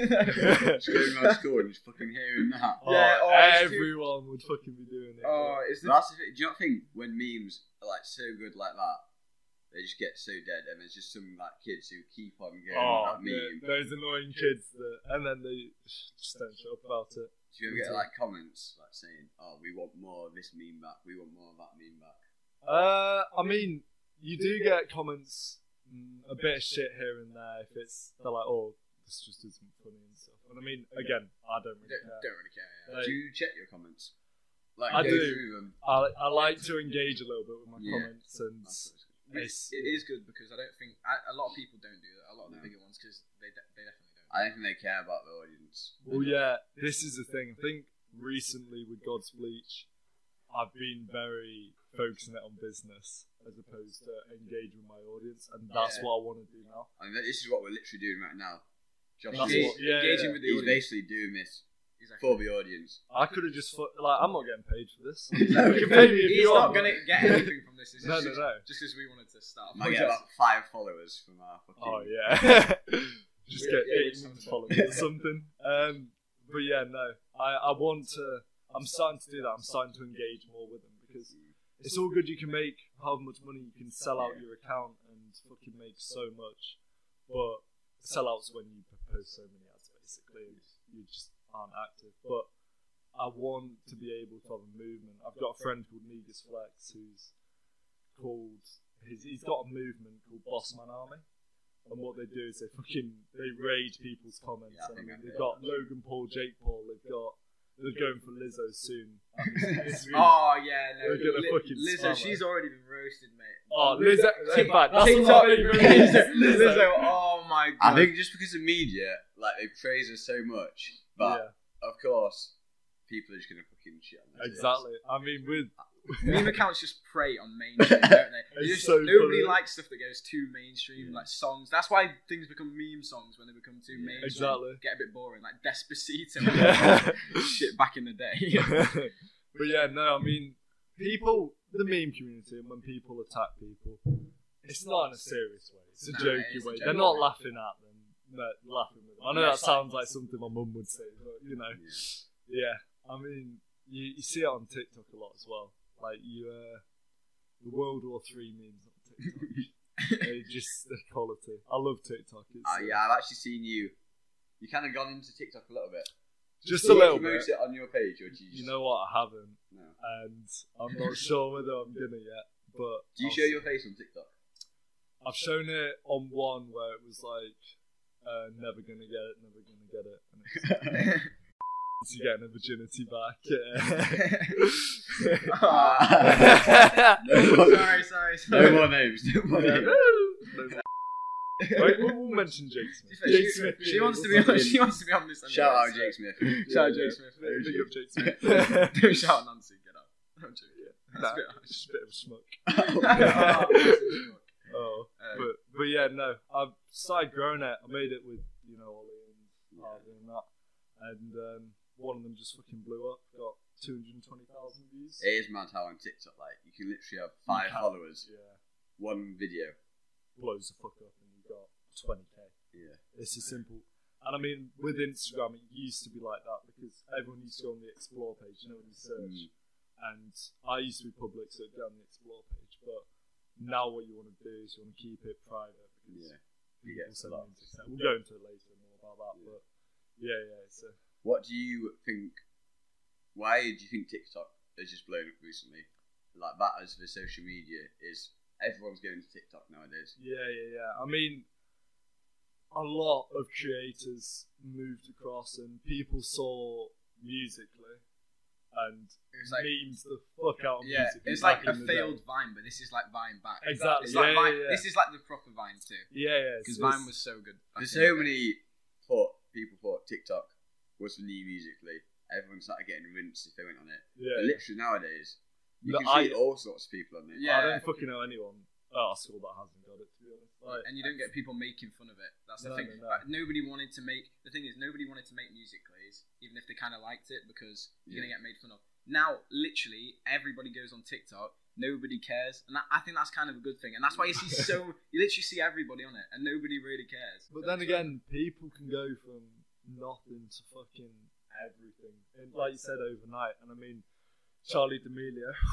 Speaker 2: going around school and just fucking hearing that.
Speaker 1: Oh,
Speaker 3: Yeah, oh, it's too-
Speaker 1: everyone would fucking be doing it.
Speaker 3: oh, it's the
Speaker 2: That's the thing. Do you not think when memes are like so good like that, they just get so dead, and there's just some like kids who keep on going
Speaker 1: Oh,
Speaker 2: with that meme.
Speaker 1: the- those annoying kids that, and then they just don't shut up about it.
Speaker 2: Do you ever get like comments like saying, "Oh, we want more of this meme back. We want more of that meme back."
Speaker 1: Uh, I mean, you do get comments, mm, a bit of shit here and there if it's they're like, "Oh, this just isn't funny" and stuff. And I mean, again, I don't
Speaker 3: don't,
Speaker 1: really care.
Speaker 3: don't really care. Yeah.
Speaker 1: Like,
Speaker 2: do you check your comments? Like
Speaker 1: I
Speaker 2: go
Speaker 1: do.
Speaker 2: through them.
Speaker 1: I, I like to engage a little bit with my
Speaker 2: Yeah.
Speaker 1: comments, and
Speaker 2: That's what it's
Speaker 1: it's
Speaker 2: called.
Speaker 3: It is good because I don't think I, a lot of people don't do that. A lot of the
Speaker 2: No.
Speaker 3: bigger ones because they de- they definitely don't.
Speaker 2: I don't think they care about the audience.
Speaker 1: well, Oh, yeah. This is the thing. I think recently with God's Bleach, I've been very focusing it on business as opposed to engage with my audience, and that's
Speaker 3: Yeah.
Speaker 1: what I want to do now.
Speaker 2: I mean, this is what we're literally doing right now. Josh
Speaker 1: That's
Speaker 2: is
Speaker 1: what- yeah,
Speaker 3: engaging
Speaker 1: yeah.
Speaker 3: with the
Speaker 2: he's
Speaker 3: audience.
Speaker 2: basically doing this
Speaker 3: Exactly.
Speaker 2: for the audience.
Speaker 1: I could have just thought, like, I'm not getting paid for this.
Speaker 2: No,
Speaker 1: You can pay me if
Speaker 3: He's
Speaker 1: you
Speaker 3: not
Speaker 1: want.
Speaker 3: going to get anything from this. This is
Speaker 1: No,
Speaker 3: just,
Speaker 1: no, no.
Speaker 3: Just because we wanted to start.
Speaker 2: I
Speaker 3: a
Speaker 2: might get
Speaker 3: podcast.
Speaker 2: about five followers from our fucking.
Speaker 1: Oh yeah. Just
Speaker 3: Yeah,
Speaker 1: get
Speaker 3: yeah,
Speaker 1: eight
Speaker 3: it's
Speaker 1: months
Speaker 3: something.
Speaker 1: following or something. Um, but yeah, no, I, I want to. I'm starting to do that. I'm starting to engage more with them because it's all good. You can make however much money you can sell out your account and fucking make so much, but sellouts when you propose so many ads basically, and you just aren't active. But I want to be able to have a movement. I've got a friend called Negus Flex who's called he's, he's got a movement called Boss Man Army. And what they do is they fucking they raid people's comments.
Speaker 2: Yeah, I
Speaker 1: I mean,
Speaker 2: think I
Speaker 1: they've
Speaker 2: know.
Speaker 1: got Logan Paul, Jake Paul. They've got they're going for Lizzo soon. This week.
Speaker 3: Oh yeah, no.
Speaker 1: We're gonna
Speaker 3: Li-
Speaker 1: fucking
Speaker 3: Lizzo,
Speaker 1: slam
Speaker 3: she's already been roasted, mate.
Speaker 1: Oh, Lizzo,
Speaker 3: Tik-
Speaker 1: Tik Bad. That's
Speaker 3: TikTok,
Speaker 1: my favorite.
Speaker 3: Lizzo, Lizzo, oh my god.
Speaker 2: I think just because of media, like they praise her so much, but
Speaker 1: Yeah,
Speaker 2: of course, people are just gonna fucking shit on her.
Speaker 1: exactly. I mean, with
Speaker 3: meme accounts just prey on mainstream, don't they?
Speaker 1: It's
Speaker 3: They just-
Speaker 1: so funny.
Speaker 3: nobody likes stuff that goes too mainstream, like songs. That's why things become meme songs when they become too mainstream.
Speaker 1: exactly.
Speaker 3: Get a bit boring, like Despacito.
Speaker 1: Yeah.
Speaker 3: Shit, back in the day.
Speaker 1: but yeah, no, I mean, people, the meme community, and when people attack people, it's not in a serious way. It's a
Speaker 3: No, it
Speaker 1: jokey
Speaker 3: is a
Speaker 1: way.
Speaker 3: joke.
Speaker 1: They're not laughing at them. They're laughing with them. I know
Speaker 3: Yeah.
Speaker 1: that sounds like something my mum would say, but you know, yeah. I mean, you, you see it on TikTok a lot as well. Like you, uh, the World War Three memes on TikTok. they just the quality. I love TikTok. It's,
Speaker 2: Uh, yeah, I've actually seen you. You kind of gone into TikTok a little bit.
Speaker 1: just
Speaker 2: Do
Speaker 1: a
Speaker 2: you
Speaker 1: little bit.
Speaker 2: promote it on your page, or do you? Just,
Speaker 1: You know what? I haven't,
Speaker 2: No.
Speaker 1: and I'm not sure whether I'm gonna yet. But
Speaker 2: Do you
Speaker 1: I'll
Speaker 2: show
Speaker 1: see.
Speaker 2: your face on TikTok?
Speaker 1: I've shown it on one where it was like, uh, "Never gonna get it, never gonna get it," and it's you getting a virginity back. Yeah.
Speaker 2: Ah. no, more,
Speaker 3: sorry, sorry, sorry.
Speaker 2: no more names. No more names.
Speaker 1: Wait, we'll, we'll mention Jake Smith.
Speaker 3: She-
Speaker 1: Jake Smith.
Speaker 3: She wants to be
Speaker 1: We'll
Speaker 3: on.
Speaker 1: fucking-
Speaker 3: She wants to be on this. Anyway,
Speaker 2: Shout out
Speaker 3: so-
Speaker 2: Jake Smith.
Speaker 3: Shout out
Speaker 1: Yeah,
Speaker 3: Jake Smith.
Speaker 1: Big up Jake Smith.
Speaker 3: Don't shout out Nancy. Get up. I'm joking. That's
Speaker 1: Nah,
Speaker 3: a bit harsh.
Speaker 1: just a bit of a smoke.
Speaker 3: Oh, that's a joke.
Speaker 1: Oh,
Speaker 3: Uh,
Speaker 1: but but yeah, no, I've started growing it. I made it with you know Ollie and Harvey and that, and um, one of them just fucking blew up. Got two hundred twenty thousand views.
Speaker 2: It is mad how on TikTok, like you can literally have five
Speaker 1: can.
Speaker 2: followers,
Speaker 1: Yeah,
Speaker 2: one video.
Speaker 1: blows the fuck up, and you got twenty k.
Speaker 2: Yeah.
Speaker 1: It's as simple. And I mean, with Instagram, it used to be like that because everyone used to go on the explore page, you know, when you search. And I used to be public, so it'd be on the explore page. But now what you want to do is you want to keep it private because
Speaker 2: Yeah.
Speaker 1: people
Speaker 2: Yeah, it's
Speaker 1: send
Speaker 2: a lot.
Speaker 1: me into that. We'll go into it later more about that. But yeah, yeah, it's a,
Speaker 2: What do you think? Why do you think TikTok has just blown up recently? Like that as the social media is everyone's going to TikTok nowadays.
Speaker 1: yeah, yeah, yeah. I mean, a lot of creators moved across, and people saw musically and
Speaker 3: It was like
Speaker 1: memes the fuck out of
Speaker 3: yeah,
Speaker 1: music.
Speaker 3: it's like
Speaker 1: back in
Speaker 3: a
Speaker 1: the day.
Speaker 3: failed Vine, but this is like Vine back.
Speaker 1: Exactly.
Speaker 3: It's
Speaker 1: Yeah, yeah,
Speaker 3: like Vine,
Speaker 1: yeah.
Speaker 3: This is like the proper Vine too,
Speaker 1: Yeah, yeah.
Speaker 3: because
Speaker 1: it's-
Speaker 3: Vine was so good. back
Speaker 2: There's
Speaker 3: in the
Speaker 2: so
Speaker 3: day.
Speaker 2: many thought people thought TikTok was the new musically. Everyone started getting rinsed if they went on it. But
Speaker 1: Yeah.
Speaker 2: literally nowadays, you
Speaker 1: No,
Speaker 2: can
Speaker 1: I-
Speaker 2: see all sorts of people on
Speaker 1: I
Speaker 2: it.
Speaker 3: Yeah.
Speaker 1: don't fucking know anyone at our school that hasn't got it. To be honest, like,
Speaker 3: and you don't get people making fun of it. That's the
Speaker 1: No,
Speaker 3: thing.
Speaker 1: no, no.
Speaker 3: Like, nobody wanted to make the thing is nobody wanted to make musicallys, even if they kind of liked it because you're gonna get made fun of. Now, literally, everybody goes on TikTok. Nobody cares, and that, I think that's kind of a good thing. And that's why you see so you literally see everybody on it, and nobody really cares.
Speaker 1: But then again, people can go from nothing to fucking everything, and like you said, overnight. And I mean, Charlie D'Amelio,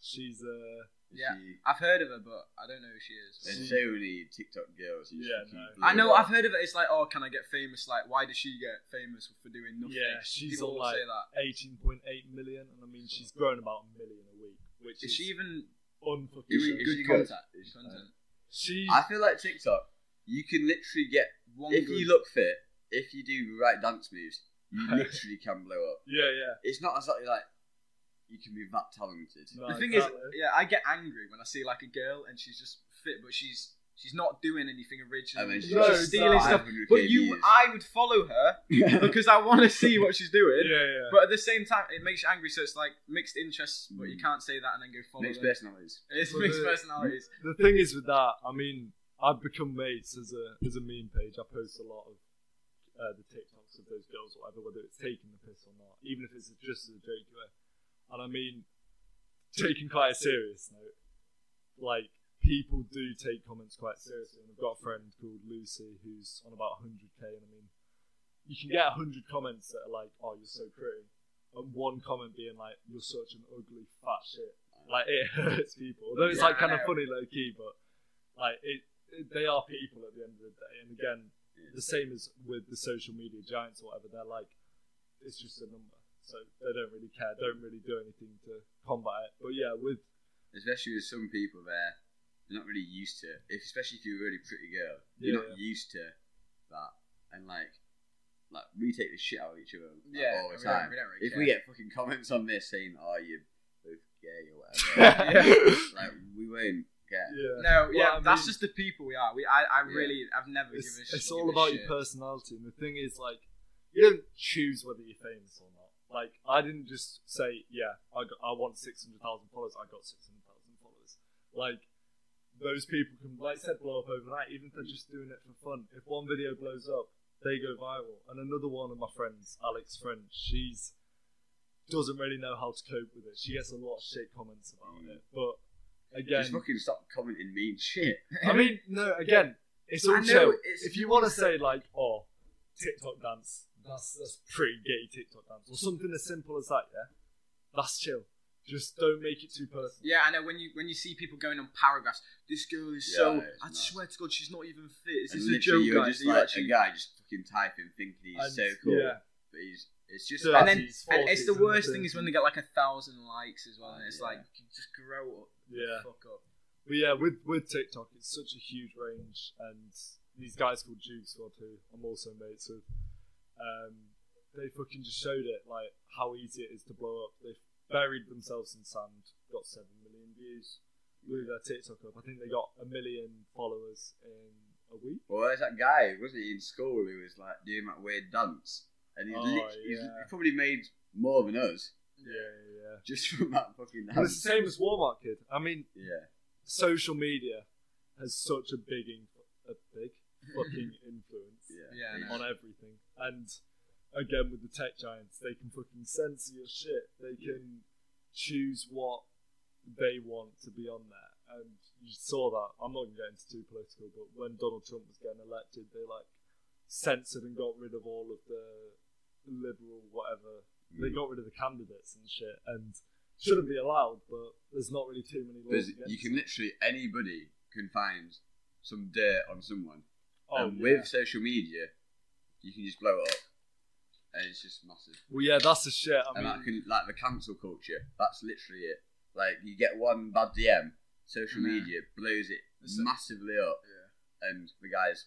Speaker 1: she's uh,
Speaker 3: Yeah.
Speaker 2: She-
Speaker 3: I've heard of her, but I don't know who she is.
Speaker 2: There's so many TikTok girls. You
Speaker 1: Yeah,
Speaker 2: should keep
Speaker 1: no.
Speaker 2: blowing
Speaker 3: I know
Speaker 2: up.
Speaker 3: I've heard of it. It's like, oh, can I get famous? Like, why does she get famous for doing nothing?
Speaker 1: Yeah, she's
Speaker 3: people
Speaker 1: on,
Speaker 3: will
Speaker 1: like-
Speaker 3: say that.
Speaker 1: 18.8 million, and I mean, she's grown about a million a week, which
Speaker 3: Is she even
Speaker 1: unfucking.
Speaker 2: Is she-
Speaker 3: doing
Speaker 2: is
Speaker 3: good
Speaker 2: she good?
Speaker 3: content?
Speaker 2: Is she-
Speaker 3: content.
Speaker 1: She's
Speaker 2: I feel like TikTok, you can literally get
Speaker 3: One
Speaker 2: if
Speaker 3: good-
Speaker 2: you look fit, if you do the right dance moves, you literally can blow up.
Speaker 1: yeah, yeah.
Speaker 2: It's not exactly like you can be that talented.
Speaker 1: No,
Speaker 3: the thing
Speaker 1: exactly.
Speaker 3: is, yeah, I get angry when I see like a girl and she's just fit, but she's she's not doing anything original.
Speaker 2: I mean,
Speaker 3: she's
Speaker 1: No,
Speaker 3: just stealing
Speaker 1: no.
Speaker 3: stuff. But you, I would follow her because I want to see what she's doing.
Speaker 1: yeah, yeah.
Speaker 3: But at the same time, it makes you angry. So it's like mixed interests, but you
Speaker 2: Mm.
Speaker 3: can't say that and then go follow
Speaker 2: Next
Speaker 3: them.
Speaker 2: personalities.
Speaker 3: It's
Speaker 1: But
Speaker 3: mixed
Speaker 1: the-
Speaker 3: personalities.
Speaker 1: the thing is with that, I mean, I've become mates as a as a meme page. I post a lot of uh, the TikToks of those girls, or whatever, whether it's taking the piss or not, even if it's just as a joke. yeah. And I mean, taking quite a serious note, like people do take comments quite seriously. And I've got a friend called Lucy who's on about 100k, and I mean, you can get 100 comments that are like, "Oh, you're so pretty," and one comment being like, "You're such an ugly fat shit." Like it hurts people. Although it's
Speaker 3: Yeah,
Speaker 1: like
Speaker 3: I
Speaker 1: kind of
Speaker 3: know.
Speaker 1: funny low key, but like it, it, they are people at the end of the day. And again, the same as with the social media giants or whatever, they're like, it's just a number. So they don't really care, don't really do anything to combat it. But yeah, with
Speaker 2: Especially with some people there, they're not really used to it. If, especially if you're a really pretty girl, you're
Speaker 1: Yeah.
Speaker 2: not used to that. And like, like we take the shit out of each other like,
Speaker 3: yeah, we
Speaker 2: all the
Speaker 3: don't-
Speaker 2: time.
Speaker 3: we don't really
Speaker 2: If
Speaker 3: care.
Speaker 2: we get fucking comments on this saying, "Oh, you're both gay" or whatever,
Speaker 1: yeah,
Speaker 2: like we won't care.
Speaker 3: no, yeah,
Speaker 1: Well, I
Speaker 3: that's
Speaker 1: mean-
Speaker 3: just the people we are. We, I, I
Speaker 2: Yeah.
Speaker 3: really, I've never
Speaker 1: it's,
Speaker 3: given a shit.
Speaker 1: it's
Speaker 3: give
Speaker 1: all
Speaker 3: a
Speaker 1: about
Speaker 3: shit.
Speaker 1: your personality. And the thing is, like, you don't choose whether you're famous or not. Like, I didn't just say, yeah, I, got, I want 600,000 followers, I got 600,000 followers. Like, those people can, like I said, blow up overnight, even if they're just doing it for fun. If one video blows up, they go viral. And another one of my friends, Alex French, she's doesn't really know how to cope with it. She gets a lot of shit comments about it. But again,
Speaker 2: Just fucking stop commenting mean shit.
Speaker 1: I mean, no, again, it's
Speaker 2: I
Speaker 1: also
Speaker 2: know, it's-
Speaker 1: if you want to say like, oh, TikTok dance, that's that's pretty gay TikTok dance, or something as simple as that, yeah, that's chill. Just don't make it too personal.
Speaker 3: Yeah, I know. When you when you see people going on paragraphs, this girl is
Speaker 2: Yeah,
Speaker 3: so.
Speaker 2: it's
Speaker 3: I
Speaker 2: nuts.
Speaker 3: swear to God, she's not even fit. Is
Speaker 2: And
Speaker 3: this a
Speaker 2: literally
Speaker 3: joke,
Speaker 2: you're
Speaker 3: guys? Are
Speaker 2: just
Speaker 3: you
Speaker 2: like a
Speaker 3: actually-
Speaker 2: guy just fucking typing, thinking he's
Speaker 1: And-
Speaker 2: so cool,
Speaker 1: Yeah,
Speaker 2: but he's it's just.
Speaker 1: Yeah.
Speaker 3: and then
Speaker 1: Thirties,
Speaker 3: and it's the
Speaker 1: forties,
Speaker 3: worst thing
Speaker 1: isn't it?
Speaker 3: is when they get like a thousand likes as well. And it's
Speaker 2: Yeah.
Speaker 3: like you just grow up,
Speaker 1: yeah.
Speaker 3: fuck up.
Speaker 1: But yeah, with with TikTok, it's such a huge range, and these guys called Juke Squad, who I'm also mates with, um, they fucking just showed it like how easy it is to blow up. They buried themselves in sand, got seven million views, blew their TikTok up. I think they got a million followers in a week.
Speaker 2: Well, there's that guy, wasn't he, in school who was like doing that weird dance, and he's,
Speaker 1: Oh,
Speaker 2: lit- he's
Speaker 1: yeah.
Speaker 2: he probably made more than us
Speaker 1: Yeah, yeah. yeah.
Speaker 2: just from that fucking
Speaker 1: And it's
Speaker 2: dance.
Speaker 1: the same as Walmart Kid. I mean,
Speaker 2: Yeah,
Speaker 1: social media has such a big, inf- a big fucking influence.
Speaker 2: yeah,
Speaker 3: Yeah, I know.
Speaker 2: uh,
Speaker 1: on everything. And again, with the tech giants, they can fucking censor your shit. They can choose what they want to be on there. And you saw that. I'm not going to get into too political, but when Donald Trump was getting elected, they like censored and got rid of all of the liberal whatever.
Speaker 2: Mm.
Speaker 1: They got rid of the candidates and shit, and shouldn't be allowed. But there's not really too many laws.
Speaker 2: Because
Speaker 1: against
Speaker 2: you can
Speaker 1: it.
Speaker 2: literally anybody can find some dirt on someone,
Speaker 1: Oh,
Speaker 2: and
Speaker 1: yeah.
Speaker 2: with social media, you can just blow it up, and it's just massive.
Speaker 1: well, yeah, that's the shit. I mean,
Speaker 2: and that can, like the cancel culture, that's literally it. Like you get one bad DM, social
Speaker 3: Yeah.
Speaker 2: media blows it
Speaker 3: It's a-
Speaker 2: massively up,
Speaker 3: Yeah.
Speaker 2: and the guys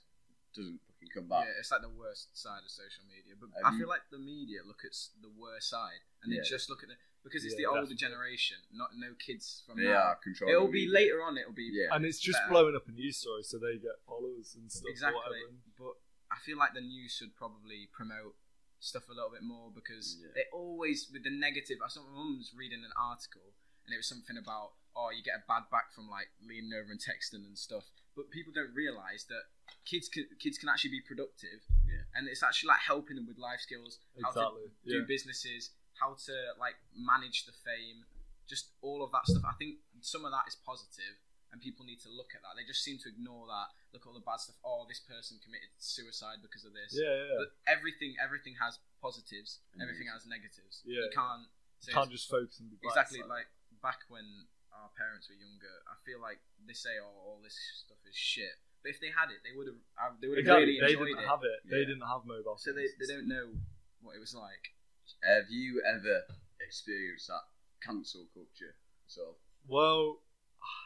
Speaker 2: doesn't fucking come back.
Speaker 3: yeah, it's like the worst side of social media. But
Speaker 2: Have
Speaker 3: I
Speaker 2: you-
Speaker 3: feel like the media look at s- the worst side, and
Speaker 2: Yeah.
Speaker 3: they just look at the because it's
Speaker 1: Yeah,
Speaker 3: the older
Speaker 1: definitely.
Speaker 3: generation, not no kids from
Speaker 2: They
Speaker 3: now.
Speaker 2: are controlling.
Speaker 3: It'll
Speaker 2: the
Speaker 3: be
Speaker 2: media.
Speaker 3: later on. It'll be
Speaker 2: Yeah,
Speaker 1: and it's just
Speaker 3: Better.
Speaker 1: blowing up a news story, so they get followers and stuff. or
Speaker 3: exactly.
Speaker 1: whatever.
Speaker 3: But I I feel like the news should probably promote stuff a little bit more because
Speaker 2: Yeah.
Speaker 3: they always with the negative. I saw my mum's reading an article and it was something about oh you get a bad back from like leaning over and texting and stuff, but people don't realise that kids can, kids can actually be productive
Speaker 2: Yeah.
Speaker 3: and it's actually like helping them with life skills, how to
Speaker 1: Exactly.
Speaker 3: do
Speaker 1: Yeah.
Speaker 3: businesses, how to like manage the fame, just all of that stuff. I think some of that is positive, and people need to look at that. They just seem to ignore that. Look at all the bad stuff. Oh, this person committed suicide because of this.
Speaker 1: Yeah, yeah. yeah.
Speaker 3: But everything, everything has positives.
Speaker 2: Mhm.
Speaker 3: Everything has negatives.
Speaker 1: Yeah,
Speaker 3: you can't. Say
Speaker 1: Can't just focus and be black,
Speaker 3: exactly
Speaker 1: so-
Speaker 3: like back when our parents were younger. I feel like they say, "Oh, all this stuff is shit." But if they had it, they would have. uh, They would have
Speaker 1: Exactly,
Speaker 3: really
Speaker 1: they
Speaker 3: enjoyed
Speaker 1: didn't
Speaker 3: it.
Speaker 1: have it. They
Speaker 2: Yeah.
Speaker 1: didn't have mobile.
Speaker 3: So they,
Speaker 1: phones.
Speaker 3: they don't know what it was like.
Speaker 2: Have you ever experienced that cancel culture? So
Speaker 1: Well,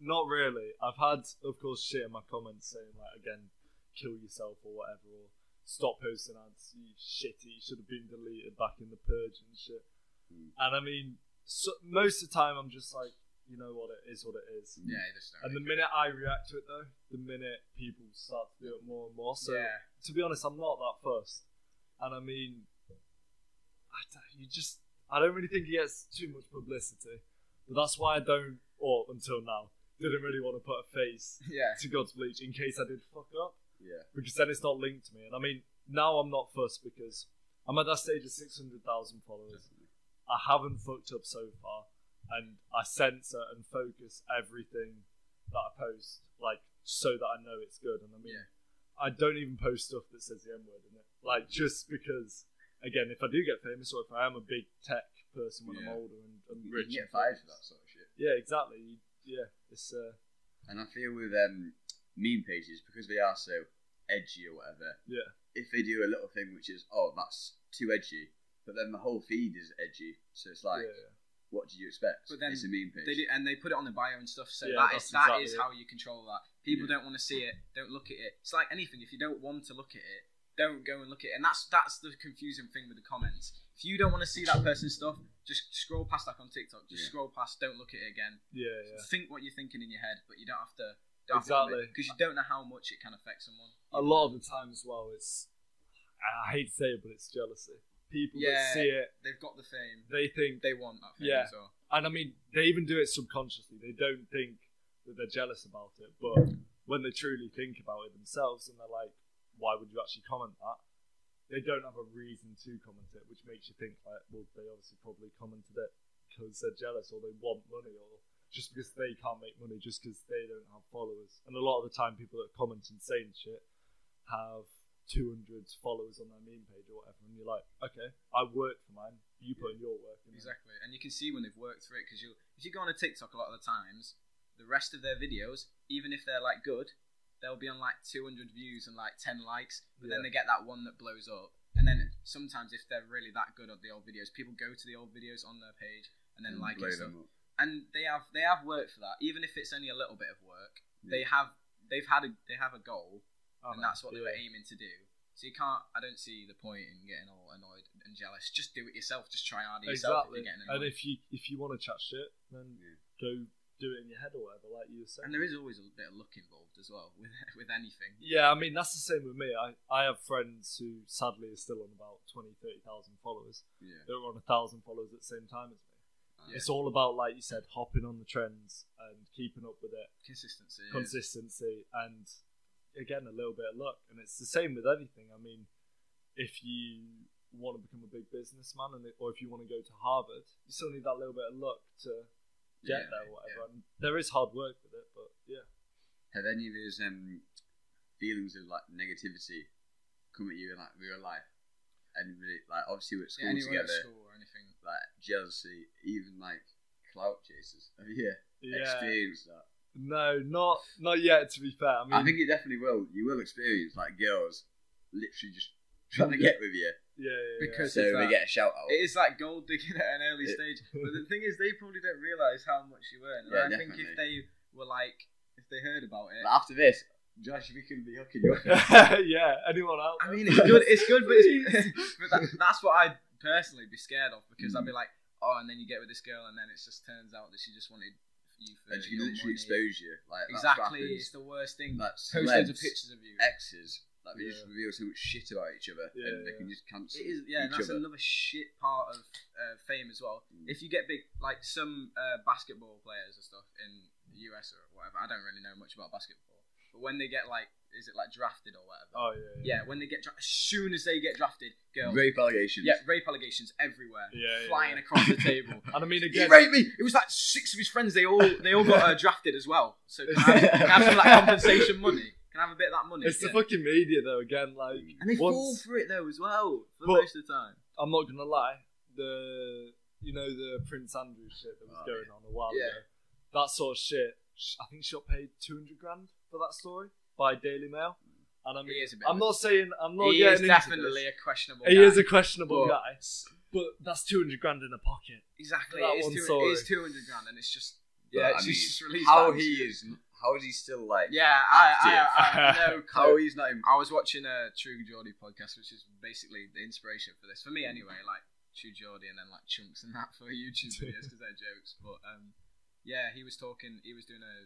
Speaker 1: not really. I've had, of course, shit in my comments saying like, again, kill yourself or whatever, or stop posting ads. You shitty. You should have been deleted back in the purge and shit.
Speaker 3: Hmm.
Speaker 2: Mm.
Speaker 1: And I mean, so, most of the time, I'm just like, you know what? It is what it is.
Speaker 2: Mm.
Speaker 3: Yeah, they just don't.
Speaker 1: And the minute I react to it, though, the minute people start to do it more and more. So
Speaker 3: yeah,
Speaker 1: to be honest, I'm not that fussed. And I mean, I d- you just, I don't really think he gets too much publicity. But that's why I don't, or until now, didn't really want to put a face
Speaker 3: yeah,
Speaker 1: to God's Bleach in case I did fuck up.
Speaker 2: yeah,
Speaker 1: Because then it's not linked to me. And I mean, now I'm not fussed because I'm at that stage of 600,000 followers.
Speaker 2: definitely.
Speaker 1: I haven't fucked up so far, and I censor and focus everything that I post, like so that I know it's good. And I mean, I don't even post stuff that says the N word in it, like just because. Again, if I do get famous, or if I am a big tech person when
Speaker 2: Yeah.
Speaker 1: I'm older and, and
Speaker 2: You
Speaker 1: rich,
Speaker 2: can
Speaker 1: and
Speaker 2: get fired for
Speaker 1: famous.
Speaker 2: that sort of shit.
Speaker 1: Yeah, exactly. You- Yeah, it's uh,
Speaker 2: And I feel with um, meme pages because they are so edgy or whatever.
Speaker 1: Yeah.
Speaker 2: If they do a little thing which is oh that's too edgy, but then the whole feed is edgy, so it's like
Speaker 1: yeah, yeah.
Speaker 2: what do you expect?
Speaker 3: But then
Speaker 2: it's a meme page.
Speaker 3: they do, and they put it on the bio and stuff. So
Speaker 1: Yeah,
Speaker 3: that
Speaker 1: that's
Speaker 3: is that
Speaker 1: exactly
Speaker 3: is
Speaker 1: it.
Speaker 3: how you control that. People
Speaker 2: Yeah.
Speaker 3: don't want to see it, don't look at it. It's like anything. If you don't want to look at it, don't go and look at it. And that's that's the confusing thing with the comments. If you don't want to see that person's stuff, just scroll past like on TikTok. Just
Speaker 2: Yeah.
Speaker 3: scroll past. Don't look at it again.
Speaker 1: yeah, yeah.
Speaker 3: Think what you're thinking in your head, but you don't have to.
Speaker 1: Exactly.
Speaker 3: Because you don't know how much it can affect someone.
Speaker 1: A lot of the time as well, it's I hate to say it, but it's jealousy. People
Speaker 3: Yeah.
Speaker 1: that see it,
Speaker 3: They've got the fame.
Speaker 1: they think
Speaker 3: They want that fame
Speaker 1: Yeah.
Speaker 3: as well.
Speaker 1: and I mean, they even do it subconsciously. They don't think that they're jealous about it, but when they truly think about it themselves, and they're like, "Why would you actually comment that?" They don't have a reason to comment it, which makes you think like, "Well, they obviously probably commented it because they're jealous, or they want money, or just because they can't make money, just because they don't have followers." And a lot of the time, people that comment and saying shit have 200 followers on their meme page or whatever, and you're like, "Okay, I worked for mine. You put in your work." in there."
Speaker 3: Exactly, and you can see when they've worked for it because you, if you go on a TikTok a lot of the times, the rest of their videos, even if they're like good, they'll be on like 200 views and like 10 likes, but then
Speaker 1: Yeah.
Speaker 3: they get that one that blows up. And then sometimes if they're really that good at the old videos, people go to the old videos on their page and then like it
Speaker 2: blow
Speaker 3: and stuff.
Speaker 2: them up.
Speaker 3: And they have they have work for that, even if it's only a little bit of work.
Speaker 2: Yeah.
Speaker 3: They have they've had a they have a goal,
Speaker 1: Oh,
Speaker 3: and
Speaker 1: man.
Speaker 3: that's what they were
Speaker 1: Yeah.
Speaker 3: aiming to do. So you can't. I don't see the point in getting all annoyed and jealous. Just do it yourself. Just try harder yourself.
Speaker 1: Exactly.
Speaker 3: If you're getting
Speaker 1: And
Speaker 3: annoyed.
Speaker 1: if you if you want to chat shit, then
Speaker 2: Yeah.
Speaker 1: go do it in your head or whatever, like you were saying.
Speaker 3: And there is always a bit of luck involved as well with with anything.
Speaker 1: yeah, I mean that's the same with me. I, I have friends who sadly are still on about 20, 30,000 followers.
Speaker 2: Yeah.
Speaker 1: They're on a thousand followers at the same time as me.
Speaker 2: Ah.
Speaker 1: It's all about like you said, hopping on the trends and keeping up with it,
Speaker 3: Consistency.
Speaker 1: consistency, and again a little bit of luck. And it's the same with anything. I mean, if you want to become a big businessman, and or if you want to go to Harvard, you still need that little bit of luck to get there or whatever. And there is hard work with it, but yeah.
Speaker 2: Have any of those um, feelings of like negativity come at you in like real life? And really, like obviously we're at
Speaker 3: Yeah,
Speaker 2: school
Speaker 3: anyone
Speaker 2: together,
Speaker 3: at school or anything.
Speaker 2: like jealousy, even like clout chasers. Have you uh,
Speaker 1: Yeah.
Speaker 2: experienced that?
Speaker 1: No, not not yet to be fair. I mean
Speaker 2: I think you definitely will. You will experience like girls literally just trying to get with you,
Speaker 1: yeah, yeah, yeah.
Speaker 3: Because
Speaker 2: so
Speaker 3: it's
Speaker 2: they
Speaker 3: that-
Speaker 2: get a shout out.
Speaker 3: It is like gold digging at an early
Speaker 2: It-
Speaker 3: stage. But the thing is, they probably don't realise how much you earn. And
Speaker 2: Yeah,
Speaker 3: I think
Speaker 2: definitely.
Speaker 3: if they were like, if they heard about it,
Speaker 2: But after this, Josh, we can be hooking you up.
Speaker 1: yeah, anyone else?
Speaker 3: I mean, it's good. It's good, but, it's, but that, that's what I'd personally be scared of because I'd be like, oh, and then you get with this girl, and then it just turns out that she just wanted you for
Speaker 2: and she
Speaker 3: your
Speaker 2: can literally
Speaker 3: money.
Speaker 2: expose you. Like that's what
Speaker 3: Exactly,
Speaker 2: happens.
Speaker 3: it's the worst thing.
Speaker 2: Like
Speaker 3: Post loads of
Speaker 2: celebs,
Speaker 3: pictures of you.
Speaker 2: Exes Like they just reveal so much shit about each other,
Speaker 1: Yeah,
Speaker 2: and they
Speaker 1: yeah.
Speaker 2: can just
Speaker 3: It
Speaker 2: cancel.
Speaker 3: is, yeah, and that's
Speaker 2: each other.
Speaker 3: another shit part of uh, fame as well.
Speaker 2: Mm.
Speaker 3: If you get big, like some uh, basketball players and stuff in the US or whatever, I don't really know much about basketball, but when they get like, is it like drafted or whatever?
Speaker 1: Oh yeah,
Speaker 3: yeah, when they get dra- as soon as they get drafted, girls,
Speaker 2: Rape allegations.
Speaker 3: yeah, rape allegations everywhere,
Speaker 1: Yeah, yeah,
Speaker 3: flying
Speaker 1: yeah.
Speaker 3: across the table.
Speaker 1: And I mean,
Speaker 3: He
Speaker 1: again,
Speaker 3: raped me. It was like six of his friends. They all they all got uh, drafted as well. So can I, have, can I have some of that compensation money? Can I have a bit of that money?
Speaker 1: it's
Speaker 3: Yeah.
Speaker 1: the fucking media though. Again, like
Speaker 3: and they fall
Speaker 1: once
Speaker 3: for it though as well for
Speaker 1: But-
Speaker 3: most of the time.
Speaker 1: I'm not gonna lie, the you know the Prince Andrew shit that was
Speaker 2: Oh,
Speaker 1: going on a while
Speaker 3: Yeah.
Speaker 1: ago, that sort of shit. sh- I think she got paid 200 grand for that story by Daily Mail. And I mean,
Speaker 3: He is a bit
Speaker 1: I'm not saying I'm not
Speaker 3: Mm. he
Speaker 1: getting
Speaker 3: is
Speaker 1: into
Speaker 3: definitely
Speaker 1: this.
Speaker 3: a questionable.
Speaker 1: He
Speaker 3: guy.
Speaker 1: is a questionable
Speaker 3: But-
Speaker 1: guy, but that's 200 grand in a pocket.
Speaker 3: exactly.
Speaker 1: that
Speaker 3: It is,
Speaker 1: one,
Speaker 3: two,
Speaker 1: sorry.
Speaker 3: it is two hundred grand, and it's just
Speaker 2: But,
Speaker 3: yeah.
Speaker 2: I
Speaker 3: It's
Speaker 2: mean,
Speaker 3: just, just released.
Speaker 2: How
Speaker 3: that.
Speaker 2: he is? How is he still like?
Speaker 3: Yeah, I I, I have no
Speaker 2: How
Speaker 3: clue.
Speaker 2: he's not? Even,
Speaker 3: I was watching a True Geordie podcast, which is basically the inspiration for this for me anyway. Like True Geordie, and then like chunks and that for YouTube videos because they're jokes. But um, yeah, he was talking. He was doing a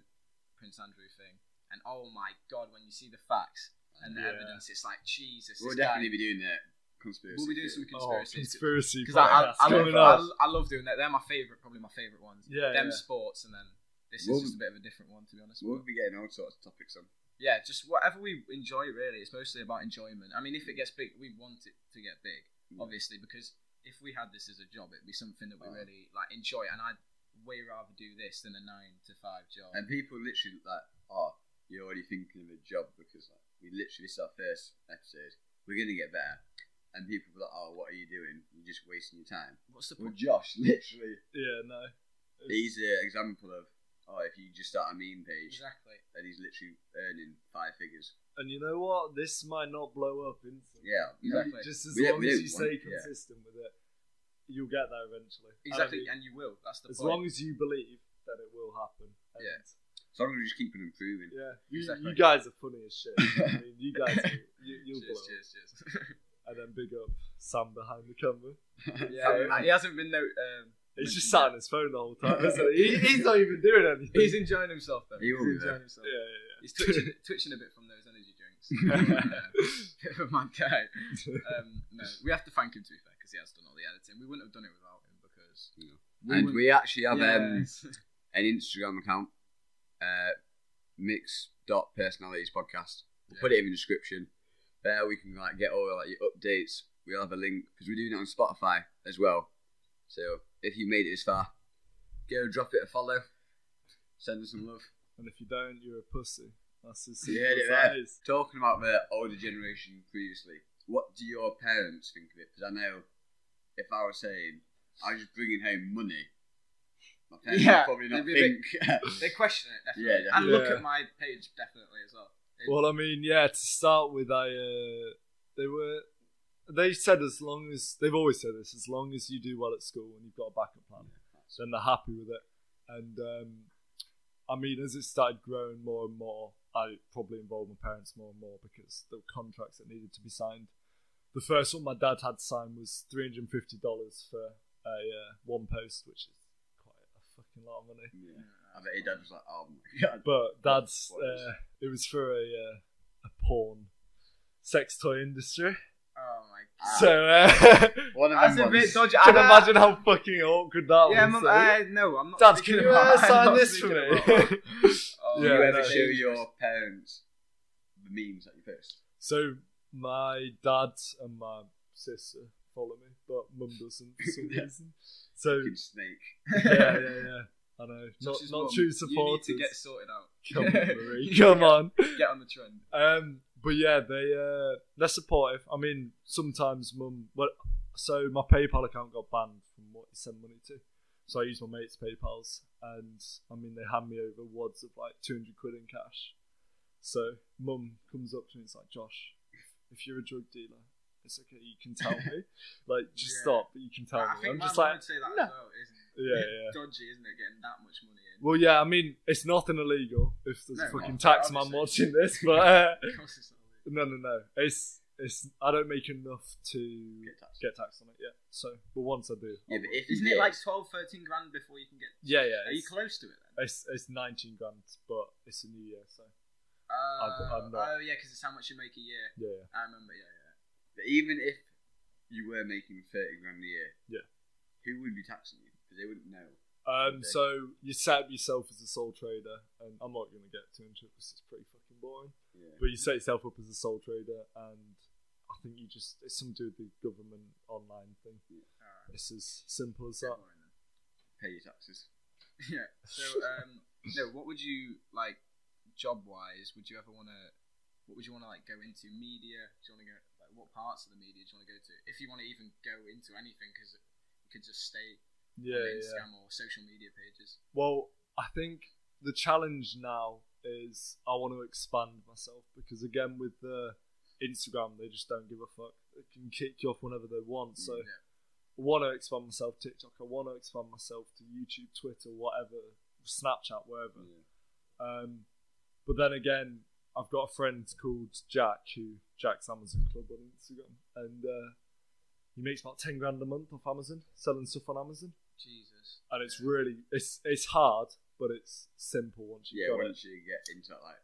Speaker 3: Prince Andrew thing, and oh my god, when you see the facts and the
Speaker 1: Yeah.
Speaker 3: evidence, it's like Jesus.
Speaker 2: we'll
Speaker 3: this guy-
Speaker 2: definitely be doing that conspiracy.
Speaker 3: We'll be doing some
Speaker 2: theory.
Speaker 1: Conspiracy, oh, conspiracy
Speaker 3: conspiracies. because I,
Speaker 1: podcast
Speaker 3: I, I, love,
Speaker 1: coming
Speaker 3: I,
Speaker 1: up.
Speaker 3: I love doing that. They're my favorite, probably my favorite ones.
Speaker 1: Yeah,
Speaker 3: them
Speaker 1: yeah.
Speaker 3: sports, and then this
Speaker 2: Well,
Speaker 3: is just a bit of a different one, to be honest.
Speaker 2: We'll be getting all sorts of topics on.
Speaker 3: Yeah, just whatever we enjoy. Really, it's mostly about enjoyment. I mean, if it gets big, we want it to get big,
Speaker 2: Mm.
Speaker 3: obviously, because if we had this as a job, it'd be something that we
Speaker 2: Oh.
Speaker 3: really like enjoy. And I'd way rather do this than a nine to five job.
Speaker 2: And people literally like, oh, you're already thinking of a job because like, we literally this is our first episode. We're gonna get better, and people be like, oh, what are you doing? You're just wasting your time.
Speaker 3: What's the
Speaker 2: Well,
Speaker 3: point?
Speaker 2: Josh, literally,
Speaker 1: yeah, no.
Speaker 2: he's an example of, oh, if you just start a meme page,
Speaker 3: Exactly.
Speaker 2: then he's literally earning five figures.
Speaker 1: And you know what? This might not blow up instantly.
Speaker 2: Yeah,
Speaker 1: You-
Speaker 3: Exactly.
Speaker 1: Just as
Speaker 2: We don't-
Speaker 1: long
Speaker 2: we
Speaker 1: as
Speaker 2: don't
Speaker 1: you stay
Speaker 2: want- yeah.
Speaker 1: consistent with it, you'll get there eventually. And I
Speaker 3: Exactly,
Speaker 1: mean,
Speaker 3: and you will. That's the
Speaker 1: as
Speaker 3: point.
Speaker 1: long as you believe that it will happen. And,
Speaker 3: Yeah.
Speaker 2: As long as we just keep on improving.
Speaker 1: Yeah. You,
Speaker 3: Exactly.
Speaker 1: you guys are funny as shit. I mean, you guys, are, you, you'll blow.
Speaker 3: cheers,
Speaker 1: up.
Speaker 3: cheers, cheers.
Speaker 1: And then big up Sam behind the camera.
Speaker 3: yeah, he hasn't been no. Um,
Speaker 1: He's just
Speaker 3: mentioned
Speaker 1: sat on his phone the whole time, isn't he? He- He's not even doing anything.
Speaker 3: yet. He's enjoying himself though.
Speaker 2: He will be
Speaker 3: He's
Speaker 2: there.
Speaker 3: enjoying himself.
Speaker 1: yeah, yeah,
Speaker 3: He's twitching, twitching a bit from those energy drinks. Uh, of my guy. Um, no, we have to thank him to be fair because he has done all the editing. We wouldn't have done it without him because.
Speaker 2: And we actually have um,
Speaker 3: Yes.
Speaker 2: an Instagram account, uh, mix dot personalities podcast. We'll
Speaker 3: Yeah.
Speaker 2: put it in the description. There we can like get all like your updates. We'll have a link because we're doing it on Spotify as well. So if you made it this far, go drop it a follow. Send us some love.
Speaker 1: And if you don't, you're a pussy. That's as simple
Speaker 2: Yeah,
Speaker 1: as
Speaker 2: yeah.
Speaker 1: that is.
Speaker 2: Talking about the older generation previously, what do your parents think of it? Because I know if I was saying I was just bringing home money, my parents
Speaker 3: Yeah,
Speaker 2: would probably not
Speaker 3: they'd be a
Speaker 2: think.
Speaker 3: bit- they question it definitely.
Speaker 2: Yeah,
Speaker 3: and look
Speaker 1: yeah.
Speaker 3: at my page definitely as well. It-
Speaker 1: Well, I mean, yeah. To start with, I uh, they were they said as long as they've always said this, as long as you do well at school and you've got a backup plan, then they're happy with it. And um, I mean, as it started growing more and more, I probably involved my parents more and more because there were contracts that needed to be signed. The first one my dad had to sign was three hundred and fifty dollars for a uh, one post, which is quite a fucking lot of money.
Speaker 2: yeah. I bet your dad was like, oh my god.
Speaker 1: But that's
Speaker 2: What is
Speaker 1: uh, it was for a uh, a porn sex toy industry.
Speaker 3: oh my god.
Speaker 2: Ah.
Speaker 1: So uh,
Speaker 2: One of
Speaker 3: That's
Speaker 2: them
Speaker 3: a bit
Speaker 2: ones.
Speaker 3: dodgy.
Speaker 1: I can
Speaker 3: don't-
Speaker 1: imagine how fucking awkward that
Speaker 3: uh, Yeah,
Speaker 1: was.
Speaker 3: mum,
Speaker 1: so-
Speaker 3: I, no, I'm not.
Speaker 1: Dad,
Speaker 3: speaking
Speaker 1: can you
Speaker 3: about-
Speaker 1: uh,
Speaker 3: I'm
Speaker 1: sign
Speaker 3: not
Speaker 1: this for
Speaker 3: speaking
Speaker 1: me?
Speaker 3: about- Oh,
Speaker 2: Do you
Speaker 1: Yeah,
Speaker 2: ever
Speaker 1: no.
Speaker 2: show your parents the memes that you post?
Speaker 1: so my dad and my sister follow me, but mum doesn't for some
Speaker 2: Yeah.
Speaker 1: reason. So
Speaker 2: Fucking snake.
Speaker 1: yeah, yeah, yeah. I know. Not,
Speaker 3: Josh's
Speaker 1: not
Speaker 3: mum,
Speaker 1: true
Speaker 3: You
Speaker 1: supporters.
Speaker 3: need to get sorted out.
Speaker 1: Come on, Marie. Come on.
Speaker 3: Get on the trend.
Speaker 1: Um, but yeah, they uh, they're supportive. I mean, sometimes mum. Well, so my PayPal account got banned from what you send money to, so I use my mate's PayPal's, and I mean they hand me over wads of like two hundred quid in cash. So mum comes up to me and is like, Josh, if you're a drug dealer, it's okay. You can tell me. like, just
Speaker 3: Yeah.
Speaker 1: stop. but You can tell
Speaker 3: I
Speaker 1: me.
Speaker 3: think
Speaker 1: I'm
Speaker 3: my
Speaker 1: just
Speaker 3: mum
Speaker 1: like,
Speaker 3: would say that
Speaker 1: "No."
Speaker 3: as well. Isn't it?
Speaker 1: yeah, yeah.
Speaker 3: dodgy, isn't it? Getting that much money in.
Speaker 1: Well, yeah. I mean, it's nothing illegal if there's a
Speaker 3: No,
Speaker 1: fucking
Speaker 3: no,
Speaker 1: tax man
Speaker 3: obviously.
Speaker 1: watching this, but. Uh,
Speaker 3: Of course it's not
Speaker 1: No,
Speaker 3: illegal.
Speaker 1: no, no. It's it's. I don't make enough to
Speaker 2: Get taxed.
Speaker 1: get taxed on it yet. So, but once I do,
Speaker 2: Yeah, but if you
Speaker 3: Isn't
Speaker 2: did,
Speaker 3: it like 12, 13 grand before you can get?
Speaker 1: yeah, yeah.
Speaker 3: Are
Speaker 1: It's,
Speaker 3: you close to it then?
Speaker 1: it's it's nineteen grand, but it's a new year, so I- I'm not-
Speaker 3: oh yeah, because it's how much you make a year.
Speaker 1: Yeah,
Speaker 3: I remember. Yeah, yeah.
Speaker 2: But even if you were making 30 grand a year,
Speaker 1: Yeah.
Speaker 2: who would be taxing you? Because they wouldn't know.
Speaker 1: Um,
Speaker 2: Okay.
Speaker 1: so you set up yourself as a sole trader, and I'm not going to get too into it because it's pretty fucking boring.
Speaker 2: Yeah.
Speaker 1: But you set yourself up as a sole trader, and I think you just it's some do with the government online thing.
Speaker 3: Alright.
Speaker 1: It's as simple as
Speaker 3: Bit
Speaker 1: that.
Speaker 3: boring then.
Speaker 2: Pay your taxes.
Speaker 3: yeah. So um, no, what would you like, job wise? Would you ever want to? What would you want to like go into? Media? Do you want to go? Like, what parts of the media do you want to go to? If you want to even go into anything, because you could just stay
Speaker 1: Yeah,
Speaker 3: on
Speaker 1: yeah.
Speaker 3: Instagram or social media pages.
Speaker 1: Well, I think the challenge now is I want to expand myself because again with the Instagram they just don't give a fuck. They can kick you off whenever they want. So
Speaker 3: Yeah.
Speaker 1: I want to expand myself TikTok. I want to expand myself to YouTube, Twitter, whatever, Snapchat, wherever. Um, but then again, I've got a friend called Jack who Jack's Amazon Club on Instagram, and uh, he makes about ten grand a month off Amazon selling stuff on Amazon,
Speaker 3: Jesus.
Speaker 1: and it's really it's it's hard, but it's simple once you
Speaker 2: Yeah,
Speaker 1: have got it.
Speaker 2: once you get into that like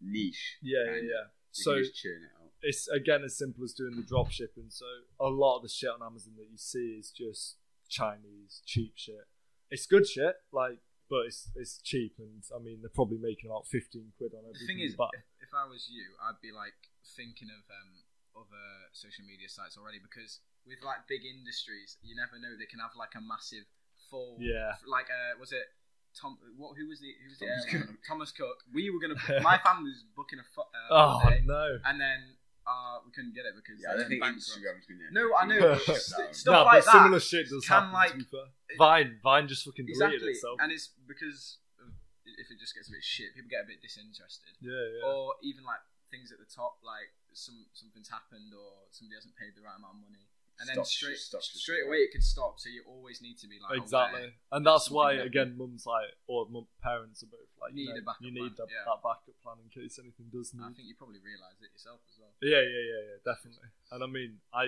Speaker 2: niche,
Speaker 1: Yeah, yeah,
Speaker 2: kinda,
Speaker 1: yeah.
Speaker 2: you
Speaker 1: So
Speaker 2: can just churn it out.
Speaker 1: it's again as simple as doing the drop shipping. So a lot of the shit on Amazon that you see is just Chinese cheap shit. It's good shit, like, but it's it's cheap, and I mean they're probably making about fifteen quid on everything.
Speaker 3: The thing is,
Speaker 1: but
Speaker 3: if, if I was you, I'd be like thinking of um, other social media sites already because with like big industries, you never know they can have like a massive fall.
Speaker 1: Yeah.
Speaker 3: Like, uh, was it Tom? What? Who was the? Who was the
Speaker 2: Thomas
Speaker 3: airline? Thomas Cook. We were gonna. My family was booking a. Fu- uh,
Speaker 1: oh
Speaker 3: holiday,
Speaker 1: no,
Speaker 3: And then uh, we couldn't get it because
Speaker 2: Yeah, I
Speaker 3: they
Speaker 2: don't think
Speaker 3: went bankrupt.
Speaker 2: Instagram's gonna.
Speaker 3: No, I know.
Speaker 1: Yeah.
Speaker 2: Um,
Speaker 3: St-
Speaker 1: no,
Speaker 3: stuff like
Speaker 1: but
Speaker 3: that.
Speaker 1: similar shit does happen.
Speaker 3: can,
Speaker 1: to
Speaker 3: like-
Speaker 1: be fair. Vine, Vine just fucking deleted
Speaker 3: Exactly.
Speaker 1: itself.
Speaker 3: And it's because of, if it just gets a bit shit, people get a bit disinterested.
Speaker 1: yeah, yeah.
Speaker 3: or even like things at the top, like some something's happened or somebody hasn't paid the right amount of money, and then
Speaker 2: Stocks
Speaker 3: straight
Speaker 2: just- stocks just-
Speaker 3: straight away it could stop. So you always need to be like
Speaker 1: exactly.
Speaker 3: aware.
Speaker 1: And that's
Speaker 3: Oh,
Speaker 1: why,
Speaker 3: something that-
Speaker 1: again, mum's like, or mum, parents are both like, you,
Speaker 3: You need
Speaker 1: know,
Speaker 3: a backup
Speaker 1: you need
Speaker 3: plan,
Speaker 1: that,
Speaker 3: yeah.
Speaker 1: that backup plan in case anything does need.
Speaker 3: I think you probably realise it yourself as well.
Speaker 1: Yeah, yeah, yeah, yeah, definitely. And I mean, I,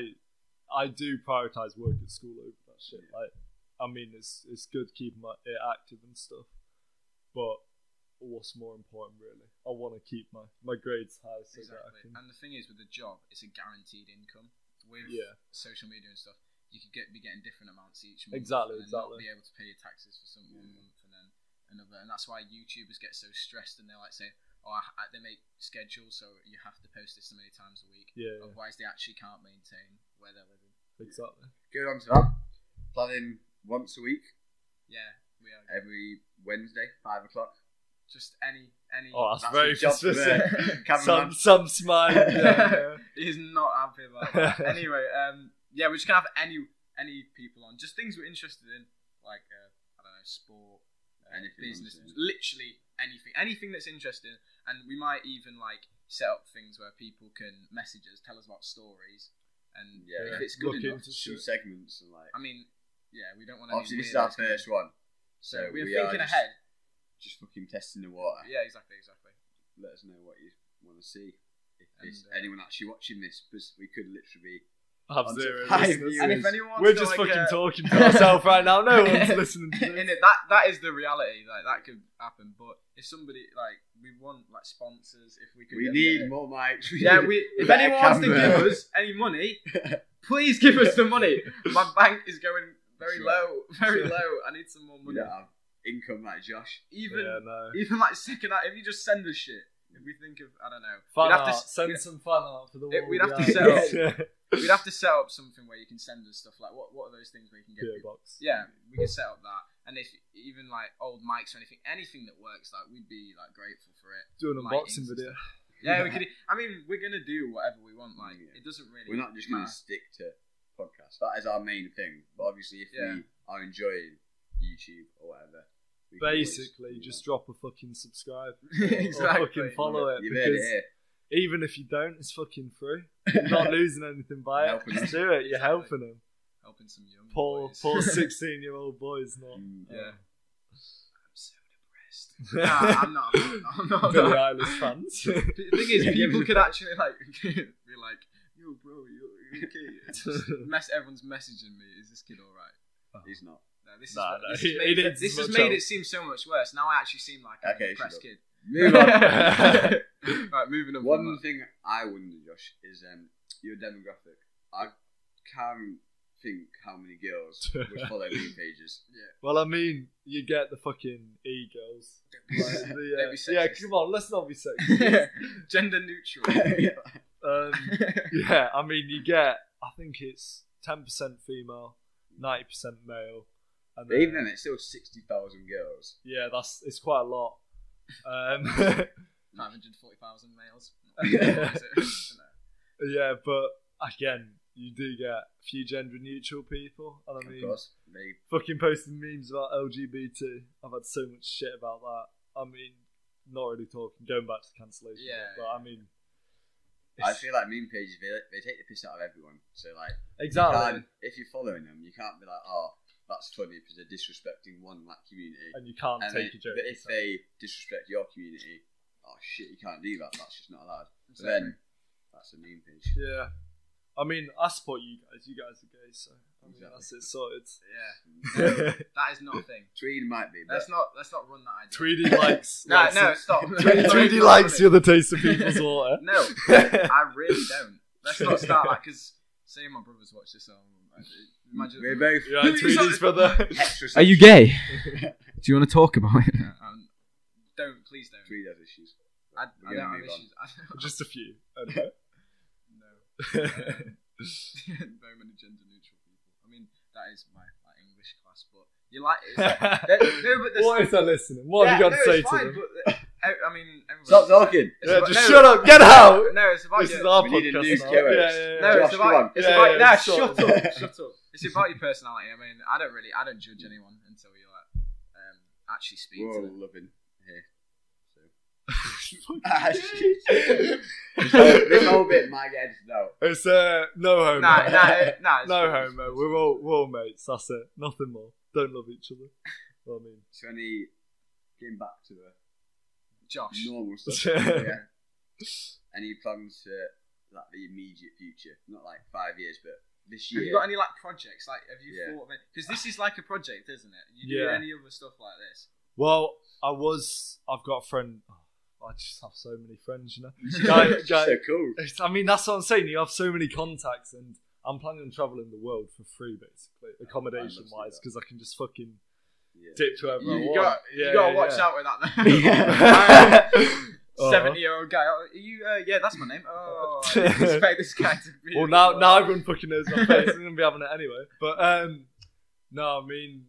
Speaker 1: I do prioritize work at school over that shit. Like, I mean, it's it's good keeping my, it active and stuff, but what's more important, really? I want to keep my my grades high so that I
Speaker 3: exactly.
Speaker 1: can.
Speaker 3: And the thing is, with a job, it's a guaranteed income. With
Speaker 1: Yeah.
Speaker 3: social media and stuff, you could get be getting different amounts each month.
Speaker 1: Exactly,
Speaker 3: and then not
Speaker 1: exactly.
Speaker 3: be able to pay your taxes for some one month and then another, and that's why YouTubers get so stressed and they like say, "Oh, I, I, they make schedules, so you have to post this so many times a week."
Speaker 1: Yeah, yeah,
Speaker 3: Otherwise, they actually can't maintain where they're living.
Speaker 1: exactly.
Speaker 2: Go on to that. Planning once a week,
Speaker 3: Yeah, we are.
Speaker 2: every Wednesday, five o'clock.
Speaker 3: Just any any.
Speaker 1: Oh, that's,
Speaker 2: That's
Speaker 1: very
Speaker 2: the job
Speaker 1: specific.
Speaker 2: there.
Speaker 1: Some
Speaker 2: Cameraman.
Speaker 1: some smile. Yeah,
Speaker 3: He's not happy about that. anyway, um, yeah, we're just gonna have any any people on, just things we're interested in, like uh, I don't know, sport, uh,
Speaker 2: Anything,
Speaker 3: business,
Speaker 2: honestly.
Speaker 3: literally anything, anything that's interesting, and we might even like set up things where people can message us, tell us about stories, and
Speaker 2: Yeah.
Speaker 3: if it's good
Speaker 1: Look
Speaker 3: enough,
Speaker 1: into
Speaker 2: Some
Speaker 1: shit.
Speaker 2: segments and like.
Speaker 3: I mean, yeah, we don't want to.
Speaker 2: Obviously, this is our first one.
Speaker 3: so
Speaker 2: so
Speaker 3: we're
Speaker 2: we are
Speaker 3: thinking
Speaker 2: just-
Speaker 3: ahead.
Speaker 2: Just fucking testing the water.
Speaker 3: Yeah, exactly, exactly.
Speaker 2: Let us know what you want to see. If
Speaker 3: And,
Speaker 2: there's
Speaker 3: uh,
Speaker 2: anyone actually watching this, because we could literally be
Speaker 1: Have
Speaker 2: On to
Speaker 1: zero
Speaker 2: five
Speaker 1: listeners.
Speaker 2: viewers.
Speaker 3: And if anyone's
Speaker 1: We're
Speaker 3: got,
Speaker 1: just
Speaker 3: like,
Speaker 1: fucking
Speaker 3: uh,
Speaker 1: talking to ourselves right now. No one's listening to
Speaker 3: in
Speaker 1: this.
Speaker 3: it. That that is the reality. Like that could happen. But if somebody like we want like sponsors, if we could,
Speaker 2: We
Speaker 3: get-
Speaker 2: need more mics.
Speaker 3: Yeah, we. If
Speaker 2: better
Speaker 3: anyone wants to
Speaker 2: camera.
Speaker 3: give us any money, please give us the money. My bank is going very
Speaker 2: Sure.
Speaker 3: low, very low. I need some more
Speaker 2: We
Speaker 3: money.
Speaker 2: don't have income like Josh.
Speaker 3: Even
Speaker 1: Yeah, no.
Speaker 3: even like second, if you just send us shit. If we think of, I don't know,
Speaker 1: Fan
Speaker 3: we'd have,
Speaker 1: art.
Speaker 3: to, s-
Speaker 1: Send some fan art for the
Speaker 3: It-
Speaker 1: wall.
Speaker 3: we'd have to
Speaker 1: yeah.
Speaker 3: set
Speaker 1: up
Speaker 3: we'd have to set up something where you can send us stuff. Like, what, what are those things where you can get
Speaker 1: beer
Speaker 3: people?
Speaker 1: box.
Speaker 3: Yeah, we can set up that. And if even like old mics or anything, anything that works, like we'd be like grateful for it.
Speaker 1: Do an unboxing
Speaker 3: Lightings and
Speaker 1: video.
Speaker 3: Yeah, we could. e, I mean, we're gonna do whatever we want. Like,
Speaker 2: Yeah.
Speaker 3: it doesn't really.
Speaker 2: We're not just going
Speaker 3: matter.
Speaker 2: to stick to podcasts. That is our main thing. But obviously, if
Speaker 3: Yeah.
Speaker 2: we are enjoying YouTube or whatever, we can always
Speaker 1: Basically,
Speaker 2: move
Speaker 1: just
Speaker 2: on.
Speaker 1: drop a fucking subscribe.
Speaker 3: exactly.
Speaker 1: Or fucking follow it.
Speaker 2: You've heard
Speaker 1: Because
Speaker 2: it here.
Speaker 1: even if you don't, it's fucking free. You're not losing anything by it.
Speaker 2: Helping
Speaker 1: Just do it. You're
Speaker 3: Exactly.
Speaker 1: helping them.
Speaker 3: Helping some young
Speaker 1: Poor,
Speaker 3: boys.
Speaker 1: poor 16 year old boys not.
Speaker 2: Mm.
Speaker 3: yeah.
Speaker 1: Yeah.
Speaker 3: I'm so depressed. nah, I'm not. I'm not. I'm
Speaker 1: Billie
Speaker 3: not.
Speaker 1: Eilish fans.
Speaker 3: The thing is,
Speaker 2: Yeah, give
Speaker 3: people
Speaker 2: us a
Speaker 3: could actually like be like, "Yo, bro, you okay?" It's just mess. Everyone's messaging me. Is this kid all right?
Speaker 2: He's not.
Speaker 3: No, this is
Speaker 1: Nah,
Speaker 3: what-
Speaker 1: no,
Speaker 3: this
Speaker 1: he-
Speaker 3: has
Speaker 1: he
Speaker 3: made,
Speaker 1: needs
Speaker 3: it, this has
Speaker 1: much
Speaker 3: made
Speaker 1: help.
Speaker 3: it seem so much worse. Now I actually seem like I'm
Speaker 2: Okay,
Speaker 3: a depressed
Speaker 2: shut
Speaker 3: kid.
Speaker 2: Move on.
Speaker 3: right, moving on. from
Speaker 2: One
Speaker 3: that.
Speaker 2: thing I wonder, Josh, is um, your demographic. I can't think how many girls would follow meme pages.
Speaker 1: Well, I mean, you get the fucking e girls. Like,
Speaker 3: Don't be
Speaker 1: the, uh,
Speaker 3: sexist.
Speaker 1: yeah, come on, let's not be sexist.
Speaker 3: Gender neutral.
Speaker 1: Um, yeah, I mean, you get, I think it's 10% female, 90% male. And
Speaker 2: But even then, it's still 60,000 girls.
Speaker 1: yeah, that's it's quite a lot. Um,
Speaker 3: 540,000 males. That's
Speaker 1: yeah, but again, you do get a few gender neutral people, and I
Speaker 2: Of
Speaker 1: mean,
Speaker 2: course, they
Speaker 1: fucking posting memes about LGBT. I've had so much shit about that. I mean, not really talking, going back to the cancellation.
Speaker 3: Yeah,
Speaker 1: but I mean,
Speaker 2: I feel like meme pages they, they take the piss out of everyone. So like, you
Speaker 1: exactly,
Speaker 2: can't- if you're following them, you can't be like, oh, that's funny because they're disrespecting one like community.
Speaker 1: and you can't
Speaker 2: And
Speaker 1: take
Speaker 2: they-
Speaker 1: a joke.
Speaker 2: but if
Speaker 1: so-
Speaker 2: they disrespect your community, oh shit, you can't do that. That's just not allowed. So
Speaker 3: Exactly.
Speaker 2: then, that's a meme page.
Speaker 1: yeah, I mean, I support you guys. You guys are gay, so I mean,
Speaker 2: Exactly.
Speaker 1: that's it sorted.
Speaker 3: Yeah. That is not a thing.
Speaker 2: Tweed might be, but
Speaker 3: Let's not let's not run that idea.
Speaker 1: Tweedy likes.
Speaker 3: No,
Speaker 1: likes
Speaker 3: no,
Speaker 1: it.
Speaker 3: stop.
Speaker 1: Tweedy, Tweedy likes the other taste of people's water.
Speaker 3: No, I really don't. Let's not start that because say my brothers watch this song. Imagine
Speaker 2: we're both
Speaker 1: Yeah,
Speaker 3: Who is
Speaker 1: Tweedy's
Speaker 3: that?
Speaker 1: brother.
Speaker 2: extra.
Speaker 4: Are you gay? Do you want to talk about it?
Speaker 3: Yeah, um, don't please don't.
Speaker 2: Tweed has issues.
Speaker 3: I, I
Speaker 2: We're
Speaker 3: don't
Speaker 2: gonna
Speaker 3: have
Speaker 2: move on.
Speaker 3: issues. I don't,
Speaker 1: Just a few. Anyway.
Speaker 3: no, very many gender neutral people. I mean, that is my, my English class, but you like it. no, but there's-
Speaker 1: what if they're listening? What have you
Speaker 3: Yeah,
Speaker 1: got
Speaker 3: no,
Speaker 1: to say
Speaker 3: it's
Speaker 1: to
Speaker 3: fine,
Speaker 1: them?
Speaker 3: But, uh, I mean, everyone's-
Speaker 2: Stop talking.
Speaker 3: It's
Speaker 1: Yeah,
Speaker 3: about-
Speaker 1: just
Speaker 3: no,
Speaker 1: shut up. Get out.
Speaker 3: No, it's about
Speaker 1: This
Speaker 3: your,
Speaker 1: is our
Speaker 2: We need a
Speaker 1: podcast.
Speaker 2: new
Speaker 1: now.
Speaker 2: co-host.
Speaker 1: Yeah, yeah,
Speaker 3: No,
Speaker 1: yeah.
Speaker 2: Josh,
Speaker 3: it's
Speaker 2: come on.
Speaker 3: about. It's
Speaker 1: Yeah,
Speaker 3: about.
Speaker 1: yeah,
Speaker 3: nah,
Speaker 1: shut up.
Speaker 3: shut up. Shut up. It's about your personality. I mean, I don't really. I don't judge anyone until you like um, actually speak
Speaker 2: We're
Speaker 3: to
Speaker 2: all
Speaker 3: them.
Speaker 2: loving here. So. Ah, shit.
Speaker 1: Fucking
Speaker 2: this, whole, this whole bit might get edited out.
Speaker 1: it's uh, no homo.
Speaker 3: Nah, nah, eh, nah. it's
Speaker 1: no
Speaker 3: cool.
Speaker 1: homo. We're all we're all mates. That's it. Nothing more. Don't love each other. I mean,
Speaker 2: So any getting back to the
Speaker 3: Josh.
Speaker 2: normal stuff. yeah. Any plans for like the immediate future? Not like five years, but this
Speaker 3: Have
Speaker 2: year.
Speaker 3: you got any like projects? Like, have you
Speaker 2: Yeah.
Speaker 3: thought of it? Because this is like a project, isn't it? You
Speaker 1: Yeah.
Speaker 3: do any other stuff like this?
Speaker 1: well, I was. I've got a friend. Oh, I just have so many friends, you know.
Speaker 2: Guy-
Speaker 1: Guy- guy-
Speaker 2: so cool.
Speaker 1: It's- I mean, that's what I'm saying. You have so many contacts, and I'm planning on traveling the world for free, basically, accommodation wise, because I can just fucking
Speaker 2: Yeah.
Speaker 1: dip to
Speaker 3: You,
Speaker 1: wherever I
Speaker 3: you
Speaker 1: want.
Speaker 3: got,
Speaker 1: Yeah,
Speaker 3: you gotta
Speaker 1: yeah,
Speaker 3: watch
Speaker 1: yeah.
Speaker 3: out with that.
Speaker 2: Yeah.
Speaker 1: Uh-huh.
Speaker 3: Seventy-year-old guy. Are you? Uh, yeah, that's my name. Oh, I didn't expect this guy to be.
Speaker 1: Well, now now everyone fucking knows my face. I'm gonna be having it anyway. But um, no, I mean,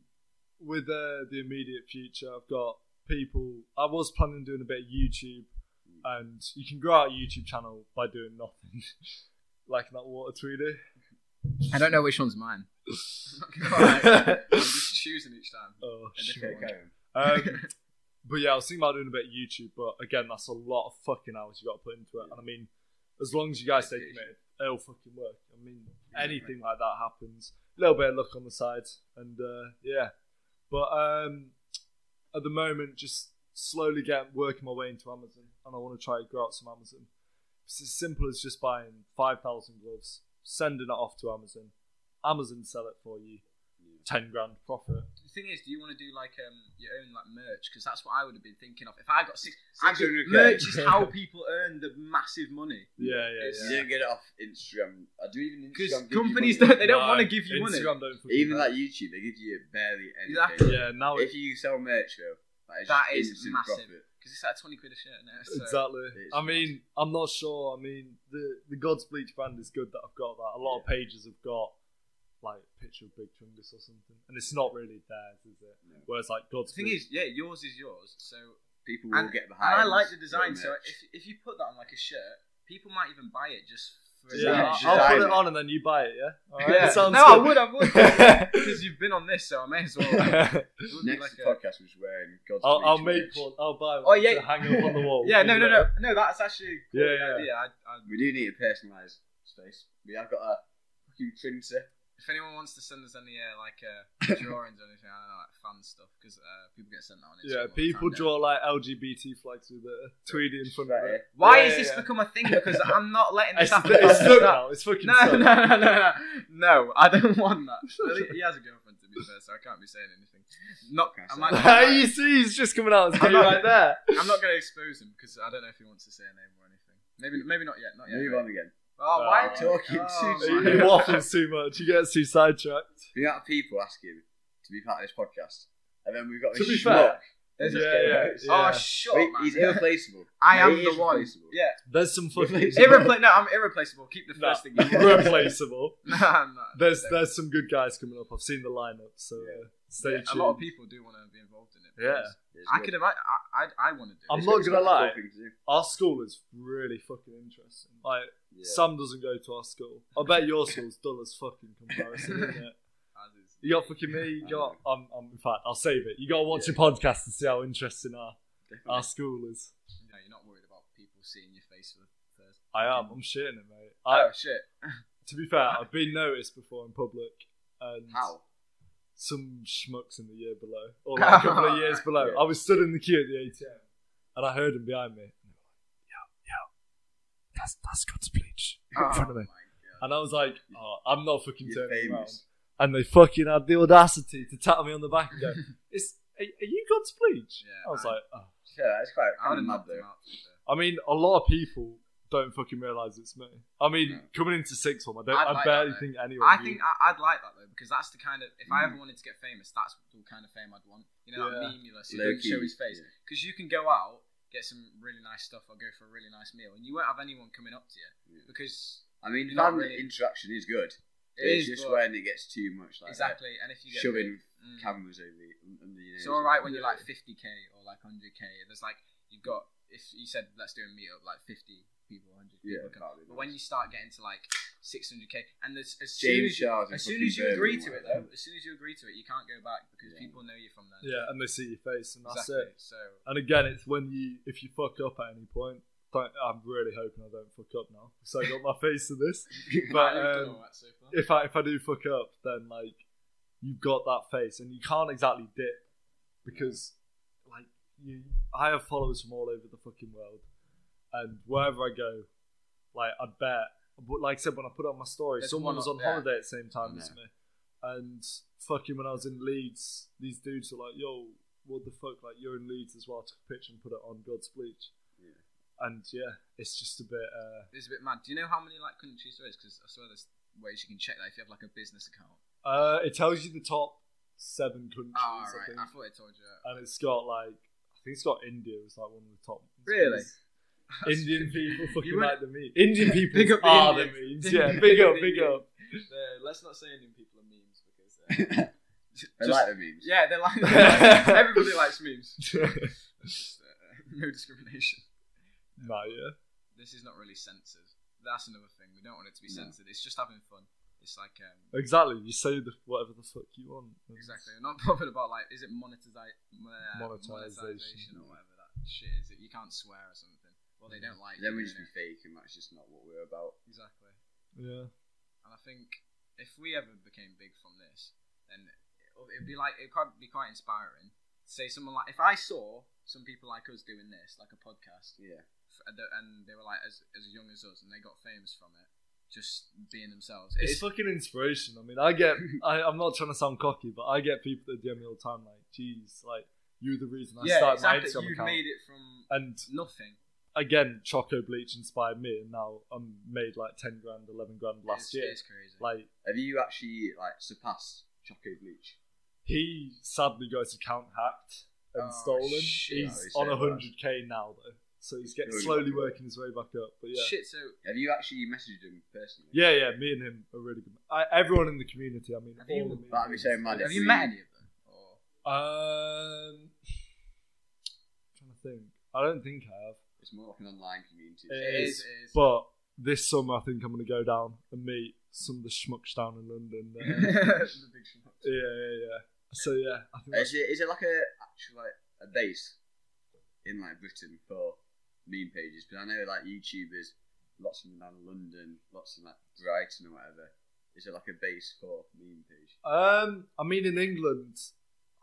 Speaker 1: with uh, the immediate future, I've got people. I was planning on doing a bit of YouTube, and you can grow out a YouTube channel by doing nothing, like that water tweeter.
Speaker 3: I don't know which one's mine. I'm just choosing each time.
Speaker 1: Oh,
Speaker 2: A
Speaker 1: shit.
Speaker 2: different cone.
Speaker 1: Um, but yeah, I was thinking about doing a bit of YouTube, but again, that's a lot of fucking hours you got to put into it. And I mean, as long as you guys stay committed, it'll fucking work. I mean, anything like that happens. A little bit of luck on the side, and uh, yeah. But um, at the moment, just slowly get working my way into Amazon, and I want to try to grow out some Amazon. It's as simple as just buying five thousand gloves, sending it off to Amazon, Amazon sell it for you, ten grand profit.
Speaker 3: The thing is, do you want to do like um your own like merch? Because that's what I would have been thinking of. If I got six, I'm just-
Speaker 2: 600K.
Speaker 3: merch is how people earn the massive money.
Speaker 1: Yeah, yeah,
Speaker 3: It's-
Speaker 1: yeah.
Speaker 2: You don't get it off Instagram. I do even Instagram.
Speaker 3: Because
Speaker 2: give you
Speaker 3: companies
Speaker 2: money.
Speaker 3: don't, they don't want to give you money.
Speaker 1: Instagram don't fucking
Speaker 2: Even
Speaker 1: know.
Speaker 2: like YouTube, they give you barely anything.
Speaker 3: Exactly.
Speaker 1: yeah now it,
Speaker 2: If you sell merch though, that is,
Speaker 3: That
Speaker 2: just
Speaker 3: is
Speaker 2: instant
Speaker 3: massive.
Speaker 2: Profit.
Speaker 3: Because it's like twenty quid a shirt now. So.
Speaker 1: exactly.
Speaker 2: it's
Speaker 1: I mean, I'm not sure. I mean, the the God's Bleach brand is good that I've got that. A lot of pages have got like a picture of Big Chungus or something, and it's not really theirs, is it?
Speaker 2: No.
Speaker 1: Whereas like God's
Speaker 3: The thing
Speaker 1: Bleach,
Speaker 3: is, yeah, yours is yours. So
Speaker 2: People will get
Speaker 3: and
Speaker 2: behind.
Speaker 3: I like the
Speaker 2: your
Speaker 3: design. So
Speaker 2: merch.
Speaker 3: if if you put that on like a shirt, people might even buy it just for
Speaker 1: yeah, I'll,
Speaker 2: Design-
Speaker 1: I'll put
Speaker 2: design
Speaker 1: it
Speaker 2: it.
Speaker 1: on and then you buy it. Yeah, All right,
Speaker 3: Yeah.
Speaker 1: that sounds
Speaker 3: no,
Speaker 1: good.
Speaker 3: I would, I would, because you've been on this, so I may as well. It would be
Speaker 2: next
Speaker 3: like
Speaker 2: to the
Speaker 3: a-
Speaker 2: podcast was wearing God's
Speaker 1: I'll, I'll
Speaker 2: Bleach
Speaker 1: make one.
Speaker 2: merch.
Speaker 1: I'll buy one
Speaker 3: Oh, yeah.
Speaker 1: to hang up on the wall.
Speaker 3: yeah, no,
Speaker 1: Is
Speaker 3: no,
Speaker 1: it-
Speaker 3: no, no. That's actually a
Speaker 1: Yeah,
Speaker 3: good
Speaker 1: yeah.
Speaker 3: idea. I, I,
Speaker 2: We do need a personalised space. We have got a fucking printer.
Speaker 3: if anyone wants to send us any uh, like uh, drawings or anything, I don't know, like fan stuff, because uh, people get sent that on. Instagram
Speaker 1: Yeah,
Speaker 3: all the
Speaker 1: people
Speaker 3: time,
Speaker 1: draw like LGBT flags with a Tweedy in front of
Speaker 2: Right
Speaker 1: it.
Speaker 2: here.
Speaker 3: Why
Speaker 1: Yeah,
Speaker 3: has
Speaker 1: yeah,
Speaker 3: this
Speaker 1: yeah.
Speaker 3: become a thing? Because I'm not letting this
Speaker 1: It's,
Speaker 3: happen.
Speaker 1: it's stuck
Speaker 3: No,
Speaker 1: now. It's fucking
Speaker 3: no,
Speaker 1: stuck.
Speaker 3: no, no, no, no, no! I don't want that. Well, he- he has a girlfriend, to be fair, so I can't be saying anything. Not,
Speaker 2: Can't
Speaker 3: I
Speaker 2: say
Speaker 3: might,
Speaker 2: that.
Speaker 3: I
Speaker 1: you see, he's just coming out. It's
Speaker 3: I'm
Speaker 1: you
Speaker 3: not-
Speaker 1: right there.
Speaker 3: am not going to expose him because I don't know if he wants to say a name or anything. Maybe maybe not yet. Not yet.
Speaker 2: Move
Speaker 3: mate.
Speaker 2: on again.
Speaker 3: Oh,
Speaker 1: Uh,
Speaker 3: why are
Speaker 2: Talking
Speaker 3: oh,
Speaker 2: too
Speaker 3: my
Speaker 1: You
Speaker 2: much.
Speaker 3: God.
Speaker 1: waffles too much. You get too sidetracked.
Speaker 2: The amount of people asking to be part of this podcast, and then we've got
Speaker 1: To
Speaker 2: this
Speaker 1: be fair,
Speaker 2: schmuck. There's this
Speaker 1: yeah,
Speaker 2: guy.
Speaker 1: yeah, yeah.
Speaker 3: Oh, shut up,
Speaker 2: Wait,
Speaker 3: man.
Speaker 2: he's irreplaceable.
Speaker 3: I
Speaker 2: No,
Speaker 3: am
Speaker 2: he
Speaker 3: the
Speaker 2: is
Speaker 3: one.
Speaker 2: replaceable.
Speaker 3: Yeah.
Speaker 1: There's some fucking
Speaker 2: Replaceable.
Speaker 3: Irrepla- no, I'm irreplaceable. Keep the
Speaker 1: Nah.
Speaker 3: first thing you want.
Speaker 1: replaceable.
Speaker 3: nah, I'm not.
Speaker 1: There's there's some good guys coming up. I've seen the lineup, so uh, stay
Speaker 3: Yeah,
Speaker 1: tuned.
Speaker 3: a lot of people do want to be involved in it.
Speaker 1: Yeah.
Speaker 3: because
Speaker 2: There's
Speaker 3: I
Speaker 2: no-
Speaker 3: could imagine. I, I, I want to do.
Speaker 1: I'm
Speaker 3: it.
Speaker 2: it's
Speaker 1: not
Speaker 2: got- it's
Speaker 1: gonna
Speaker 2: got a cool
Speaker 1: lie.
Speaker 2: thing to do.
Speaker 1: our school is really fucking interesting. Like
Speaker 2: Yeah.
Speaker 1: Sam doesn't go to our school. I bet your school's dull as fucking comparison, isn't it?
Speaker 3: As is.
Speaker 1: You got fucking me. You got. I'm, I'm. In fact, I'll save it. You got to watch your podcast and see how interesting our our school is.
Speaker 3: You know, you're not worried about people seeing your face for the first.
Speaker 1: I am. I'm shitting it, mate. I,
Speaker 3: Oh shit!
Speaker 1: to be fair, I've been noticed before in public. And
Speaker 2: How?
Speaker 1: Some schmucks in the year below, or like a couple of years below.
Speaker 2: Yeah.
Speaker 1: I was stood in the queue at the ATM, and I heard him behind me. Yeah, yeah. That's that's God's bleach in front of me. And I was like, oh, I'm not fucking
Speaker 2: Oh You're
Speaker 1: turning
Speaker 2: famous.
Speaker 1: around. And they fucking had the audacity to tap me on the back and go, it's, are, are you God's bleach?
Speaker 3: Yeah,
Speaker 1: I was
Speaker 3: I-
Speaker 1: like, oh.
Speaker 2: Yeah, it's quite
Speaker 3: I would
Speaker 2: kind
Speaker 3: have knocked
Speaker 2: of mad
Speaker 3: him
Speaker 2: though.
Speaker 3: out. to be fair.
Speaker 1: I mean, a lot of people don't fucking realise it's me. I mean,
Speaker 2: No.
Speaker 1: coming into sixth form, I don't, I
Speaker 3: I'd like
Speaker 1: barely
Speaker 3: that, though.
Speaker 1: think anyone.
Speaker 3: I
Speaker 1: knew.
Speaker 3: think I, I'd like that though because that's the kind of if I
Speaker 2: Mm.
Speaker 3: ever wanted to get famous, that's the kind of fame I'd want. You know, that
Speaker 1: Yeah.
Speaker 3: memulous who
Speaker 2: Low
Speaker 3: doesn't show
Speaker 2: key,
Speaker 3: his face
Speaker 2: yeah.
Speaker 3: because you can go out, get some really nice stuff, or go for a really nice meal, and you won't have anyone coming up to you
Speaker 2: Yeah.
Speaker 3: because
Speaker 2: I mean,
Speaker 3: You're not
Speaker 2: fan
Speaker 3: really-
Speaker 2: interaction is good.
Speaker 3: it
Speaker 2: it's
Speaker 3: is
Speaker 2: just
Speaker 3: but-
Speaker 2: when it gets too much, like that,
Speaker 3: exactly. And if you get
Speaker 2: shoving
Speaker 3: Mm.
Speaker 2: cameras over you, under your nose.
Speaker 3: It's all right when you're like 50k or like 100k. There's like you've got if you said let's do a meetup like 50 people, 100
Speaker 2: Yeah,
Speaker 3: people. Can,
Speaker 2: that'd be
Speaker 3: but when you
Speaker 2: nice.
Speaker 3: start getting to like 600k, and there's as soon
Speaker 2: James
Speaker 3: as you,
Speaker 2: Charles and
Speaker 3: as soon
Speaker 2: fucking
Speaker 3: as you agree to
Speaker 2: Birmingham,
Speaker 3: it
Speaker 2: like
Speaker 3: though, as soon as you agree to it, you can't go back because
Speaker 2: Yeah.
Speaker 3: people know you from there.
Speaker 1: Yeah, and they see your face, and that's
Speaker 3: exactly.
Speaker 1: it.
Speaker 3: So
Speaker 1: And again, it's when you, if you fuck up at any point, don't, I'm really hoping I don't fuck up now. So I got my face to this. But
Speaker 3: I've done
Speaker 1: um,
Speaker 3: all that so far.
Speaker 1: if I if I do fuck up, then like you've got that face, and you can't exactly dip because like you, I have followers from all over the fucking world, and wherever I go, like I bet, but like I said, when I put on my story,
Speaker 3: There's
Speaker 1: someone
Speaker 3: one
Speaker 1: was
Speaker 3: up
Speaker 1: on
Speaker 3: there.
Speaker 1: holiday at the same time as
Speaker 2: Yeah.
Speaker 1: me, and fucking when I was in Leeds, these dudes were like, "Yo, what the fuck? Like you're in Leeds as well? Took a picture and put it on God's Bleach."
Speaker 2: Yeah.
Speaker 1: And yeah, it's just a bit. uh
Speaker 3: It's a bit mad. Do you know how many like countries there is? Because I swear there's ways you can check that if you have like a business account.
Speaker 1: Uh, it tells you the top seven countries.
Speaker 3: Ah,
Speaker 1: I
Speaker 3: right.
Speaker 1: think.
Speaker 3: I thought I told you. that.
Speaker 1: and it's got like I think it's got India as like one of the top. ones.
Speaker 3: Really?
Speaker 1: Indian people fucking
Speaker 3: You
Speaker 1: like the meat. Indian people
Speaker 3: Big up the
Speaker 1: are the
Speaker 3: Indians.
Speaker 1: memes. Yeah,
Speaker 3: Big
Speaker 1: big
Speaker 3: up
Speaker 1: up,
Speaker 3: the
Speaker 1: big
Speaker 3: Indians.
Speaker 1: up.
Speaker 3: Uh, let's not say Indian people are memes because uh,
Speaker 2: I
Speaker 3: just-
Speaker 2: like the memes.
Speaker 3: Yeah, they're like, everybody likes memes. Just, uh, no discrimination.
Speaker 1: nah, yeah.
Speaker 3: This is not really censored. That's another thing. We don't want it to be
Speaker 2: No.
Speaker 3: censored. It's just having fun. It's like um,
Speaker 1: Exactly. You say the, whatever the fuck you want. And
Speaker 3: exactly. We're not bothered about like is it monetizi- uh,
Speaker 1: Monetization.
Speaker 3: monetization or whatever that shit is. That you can't swear or something. Well, they don't like.
Speaker 2: Then we
Speaker 3: you
Speaker 2: just be
Speaker 3: doing
Speaker 2: fake, and that's just not what we're about.
Speaker 3: it. exactly.
Speaker 1: Yeah.
Speaker 3: And I think if we ever became big from this, then it'll- it'd be like it'd quite, be quite inspiring. Say someone like if I saw some people like us doing this, like a podcast,
Speaker 2: Yeah.
Speaker 3: f- and they- and they were like as, as young as us, and they got famous from it, just being themselves.
Speaker 1: It's,
Speaker 3: It's,
Speaker 1: fucking inspiration. I mean, I get. I, I'm not trying to sound cocky, but I get people that DM me all the time like, "Geez, like you're the reason I
Speaker 3: yeah,
Speaker 1: started my
Speaker 3: exactly.
Speaker 1: Instagram
Speaker 3: You
Speaker 1: account."
Speaker 3: made it from
Speaker 1: and
Speaker 3: nothing.
Speaker 1: again, Choco Bleach inspired me, and now I'm made like ten grand, eleven grand last
Speaker 3: it's,
Speaker 1: year.
Speaker 3: it's crazy.
Speaker 1: Like
Speaker 2: Have you actually like surpassed Choco Bleach?
Speaker 1: He sadly got his account hacked and
Speaker 3: Oh,
Speaker 1: stolen.
Speaker 3: shit.
Speaker 2: Oh,
Speaker 1: he's
Speaker 2: he's
Speaker 1: on
Speaker 2: so bad.
Speaker 1: hundred k now though, so he's getting
Speaker 2: Really
Speaker 1: slowly
Speaker 2: bad.
Speaker 1: working his way back up. But yeah,
Speaker 3: Shit. So
Speaker 2: Have you actually messaged him personally?
Speaker 1: yeah, yeah. Me and him are really good. I, everyone in the community. I mean,
Speaker 3: Have
Speaker 1: all
Speaker 3: you-
Speaker 1: of me.
Speaker 2: That'd be so mad.
Speaker 3: have
Speaker 2: if
Speaker 3: you
Speaker 2: we-
Speaker 3: met any of them? Or
Speaker 1: Um, trying to think. I don't think I have.
Speaker 2: It's more like an online community.
Speaker 1: It
Speaker 3: it
Speaker 1: is,
Speaker 3: is. It is.
Speaker 1: But this summer, I think I'm going to go down and meet some of the schmucks down in London. Uh,
Speaker 3: The big shot.
Speaker 1: yeah, yeah, yeah. So yeah, I think
Speaker 2: Uh, Is
Speaker 1: that's,
Speaker 2: it, is it like a actual like a base in like Britain for meme pages? Because I know like YouTubers, lots of them down in London, lots of like Brighton or whatever. Is it like a base for meme page?
Speaker 1: um, I mean, in England,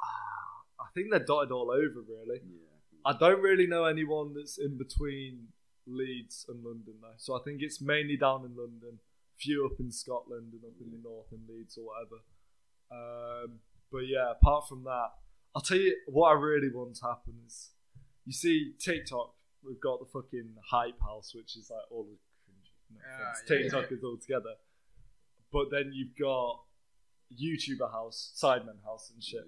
Speaker 1: ah, I think they're dotted all over really.
Speaker 2: Yeah.
Speaker 1: I don't really know anyone that's in between Leeds and London though. So I think it's mainly down in London, few up in Scotland and up in the north in Leeds or whatever. Um, but yeah, apart from that, I'll tell you what I really want to happen is you see TikTok we've got the fucking hype house, which is like all the cringy no
Speaker 3: Ah,
Speaker 1: offense,
Speaker 3: yeah,
Speaker 1: TikTokers all together. But then you've got YouTuber house, Sidemen house, and shit.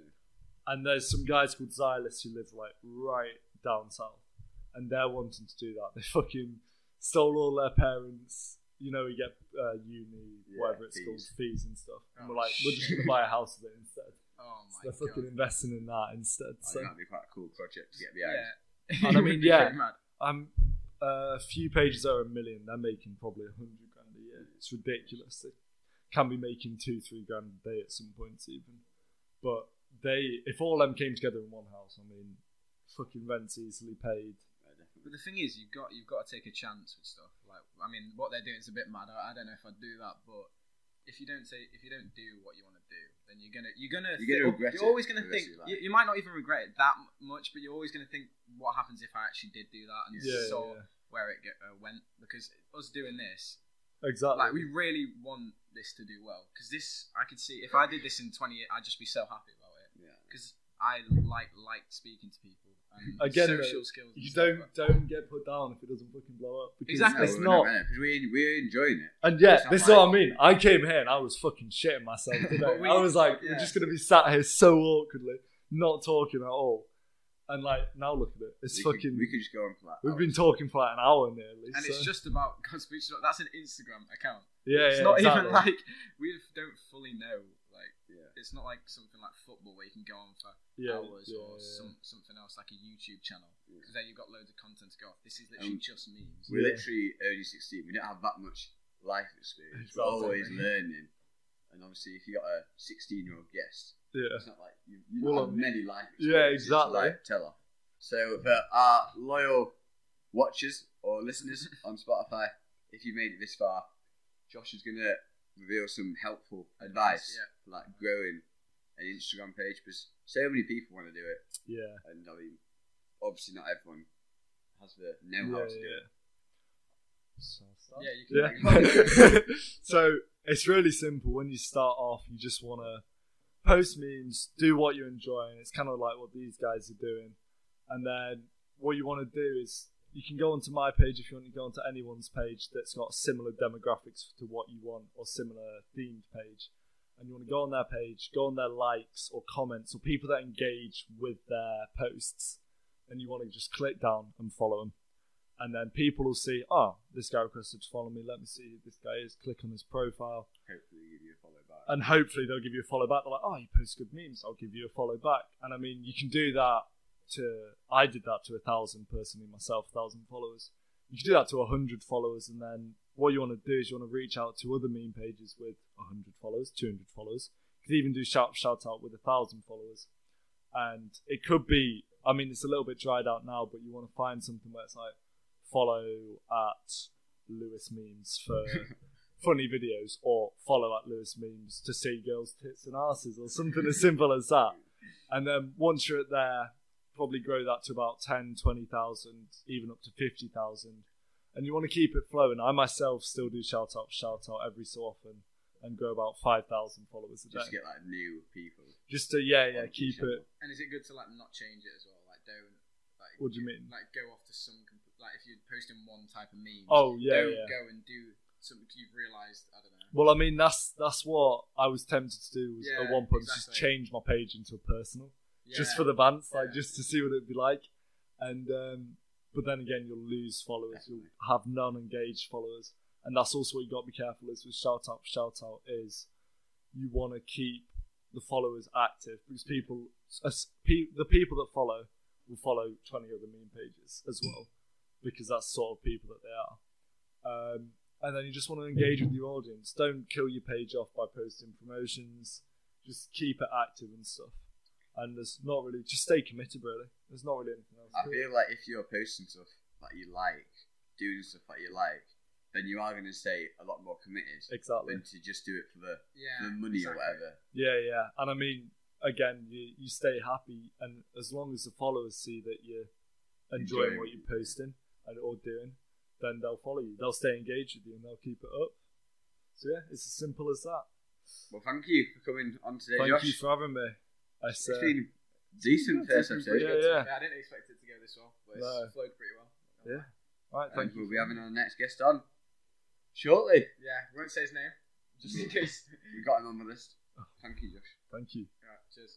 Speaker 1: And there's some guys called Xylus who live like right down south, and they're wanting to do that. They fucking stole all their parents. You know, you get uh, uni,
Speaker 2: Yeah,
Speaker 1: whatever it's
Speaker 2: fees.
Speaker 1: called, fees and stuff. and
Speaker 3: Oh,
Speaker 1: we're like, we're just
Speaker 3: shit.
Speaker 1: gonna buy a house with it instead.
Speaker 3: Oh
Speaker 1: So
Speaker 3: my
Speaker 1: they're fucking
Speaker 3: god. Oh
Speaker 1: investing in that instead.
Speaker 2: I
Speaker 1: So
Speaker 2: think that'd be quite a cool project to get behind.
Speaker 3: Yeah.
Speaker 1: And I mean, yeah.
Speaker 3: Pretty mad.
Speaker 1: I'm uh, a few pages over a million. They're making probably a hundred grand a year. It's ridiculous. They can be making two, three grand a day at some points even. But they, if all them came together in one house, I mean, fucking rent's easily paid.
Speaker 2: Yeah, definitely.
Speaker 3: But the thing is, you've got you've got to take a chance with stuff. Like, I mean, what they're doing is a bit mad. I, I don't know if I'd do that, but if you don't say if you don't do what you want to do, then you're gonna you're gonna
Speaker 2: You're gonna regret
Speaker 3: you're
Speaker 2: it
Speaker 3: always
Speaker 2: for
Speaker 3: gonna
Speaker 2: the
Speaker 3: think
Speaker 2: rest of your
Speaker 3: you,
Speaker 2: life.
Speaker 3: you might not even regret it that m- much, but you're always gonna think what happens if I actually did do that and
Speaker 1: Yeah,
Speaker 3: saw
Speaker 1: yeah.
Speaker 3: where it go- uh, went because us doing this
Speaker 1: exactly.
Speaker 3: like we really want this to do well because this I could see if I did this in 20 I'd just be so happy about it
Speaker 2: Yeah.
Speaker 3: because I like like speaking to people and
Speaker 1: Again,
Speaker 3: social skills and
Speaker 1: you
Speaker 3: stuff
Speaker 1: don't
Speaker 3: like that.
Speaker 1: don't get put down if it doesn't fucking blow up. Because
Speaker 3: Exactly.
Speaker 1: It's
Speaker 2: No,
Speaker 1: not.
Speaker 2: we're Because we we're enjoying it.
Speaker 1: And yeah,
Speaker 3: It's not
Speaker 1: this is
Speaker 3: like-
Speaker 1: what I mean. I came here and I was fucking shitting myself today.
Speaker 3: But we-
Speaker 1: I was like,
Speaker 3: yeah.
Speaker 1: we're just gonna be sat here so awkwardly, not talking at all. And like now, look at it. It's
Speaker 2: we
Speaker 1: fucking.
Speaker 2: Could, we could just go on for that.
Speaker 1: We've
Speaker 2: hour.
Speaker 1: been talking for like an hour nearly.
Speaker 3: and it's
Speaker 1: so-
Speaker 3: just about Godspeed. That's an Instagram account.
Speaker 1: yeah,
Speaker 3: it's
Speaker 1: yeah,
Speaker 3: not
Speaker 1: exactly.
Speaker 3: even like we don't fully know. Like
Speaker 2: Yeah.
Speaker 3: it's not like something like football where you can go on for
Speaker 1: yeah,
Speaker 3: hours
Speaker 1: yeah,
Speaker 3: or
Speaker 1: yeah.
Speaker 3: Some, something else like a YouTube channel
Speaker 2: Yeah.
Speaker 3: because then you've got loads of content to go off. This is literally
Speaker 2: Um,
Speaker 3: just memes.
Speaker 2: We're
Speaker 1: Yeah.
Speaker 2: literally early 16. We don't have that much life experience.
Speaker 1: Exactly.
Speaker 2: We're always learning. And obviously, if you got a 16 year old guest,
Speaker 1: Yeah.
Speaker 2: it's not like you, you
Speaker 1: Well,
Speaker 2: have many life
Speaker 1: yeah,
Speaker 2: experiences
Speaker 1: exactly.
Speaker 2: to like, tell her. So, for our loyal watchers or listeners on Spotify, if you made it this far, Josh is going to reveal some helpful advice
Speaker 3: Yeah.
Speaker 2: for like growing an Instagram page because so many people want to do it.
Speaker 1: yeah,
Speaker 2: And I mean, obviously, not everyone has the know how
Speaker 1: yeah,
Speaker 2: to do it.
Speaker 1: yeah. So start.
Speaker 3: Yeah, you can.
Speaker 1: Yeah.
Speaker 3: You can
Speaker 1: so it's really simple. When you start off, you just want to post memes, do what you're enjoying. It's kind of like what these guys are doing. And then what you want to do is you can go onto my page if you want to go onto anyone's page that's got similar demographics to what you want or similar themed page. And you want to go on their page, go on their likes or comments or people that engage with their posts. And you want to just click down and follow them and then people will see, oh, this guy requested to follow me. Let me see who this guy is. Click on his profile,
Speaker 2: Hopefully, give you a follow back.
Speaker 1: and hopefully they'll give you a follow back. They're like, oh, you post good memes. I'll give you a follow back. And I mean, you can do that to. I did that to a thousand personally myself, thousand followers. You can do that to a hundred followers, and then what you want to do is you want to reach out to other meme pages with a hundred followers, two hundred followers. You could even do shout shout out with a thousand followers, and it could be. I mean, it's a little bit dried out now, but you want to find something where it's like follow at Lewis Memes for funny videos, or follow at Lewis Memes to see girls' tits and asses, or something as simple as that. And then once you're at there, probably grow that to about 10, 20,000, even up to 50,000. And you want to keep it flowing. I myself still do shout out, shout out every so often and grow about 5,000 followers a day.
Speaker 2: just get like new people.
Speaker 1: Just to, yeah, yeah,
Speaker 2: onto
Speaker 1: keep
Speaker 2: each other.
Speaker 1: it.
Speaker 3: and is it good to like not change it as well? Like don't like
Speaker 1: What do you mean?
Speaker 3: like go off to some comp- like if you're posting one type of meme.
Speaker 1: Oh, yeah,
Speaker 3: don't
Speaker 1: yeah.
Speaker 3: go and do something you've realised. I don't know.
Speaker 1: Well, I mean, that's that's what I was tempted to do was at
Speaker 3: Yeah,
Speaker 1: one point was just
Speaker 3: exactly.
Speaker 1: change my page into a personal, just
Speaker 3: Yeah.
Speaker 1: for the bants, like
Speaker 3: Yeah.
Speaker 1: just to see what it'd be like. And um, but then again, you'll lose followers. You'll have non-engaged followers, and that's also what you got to be careful is with shout out. Shout out is you want to keep the followers active because people, as pe- the people that follow, will follow twenty other meme pages as well, because that's sort of people that they are. Um, and then you just want to engage with your audience. Don't kill your page off by posting promotions. Just keep it active and stuff. And there's not really just stay committed really. There's not really anything else.
Speaker 2: I
Speaker 1: to it.
Speaker 2: feel like if you're posting stuff that you like, doing stuff that you like, then you are going to stay a lot more committed
Speaker 1: Exactly.
Speaker 2: than to just do it for the,
Speaker 3: Yeah,
Speaker 2: the money
Speaker 3: exactly.
Speaker 2: or whatever.
Speaker 1: Yeah, yeah. And I mean, again, you, you stay happy, and as long as the followers see that you're enjoying
Speaker 2: Enjoying.
Speaker 1: what you're posting and or doing, then they'll follow you. They'll stay engaged with you and they'll keep it up. So yeah, it's as simple as that.
Speaker 2: Well, thank you for coming on today,
Speaker 1: Thank
Speaker 2: Josh.
Speaker 1: you for having me. I said,
Speaker 2: it's been decent
Speaker 1: Yeah,
Speaker 2: first
Speaker 1: it's been
Speaker 2: episode.
Speaker 1: pretty good. Yeah, yeah.
Speaker 3: I didn't expect it to go this well, but it's
Speaker 1: No.
Speaker 3: flowed pretty well.
Speaker 1: Right,
Speaker 2: And
Speaker 1: thank you.
Speaker 2: we'll be having our next guest on shortly.
Speaker 3: Yeah, won't say his name, just in case.
Speaker 2: We've got him on the list. Thank you, Josh.
Speaker 1: Thank you.
Speaker 3: Alright, cheers.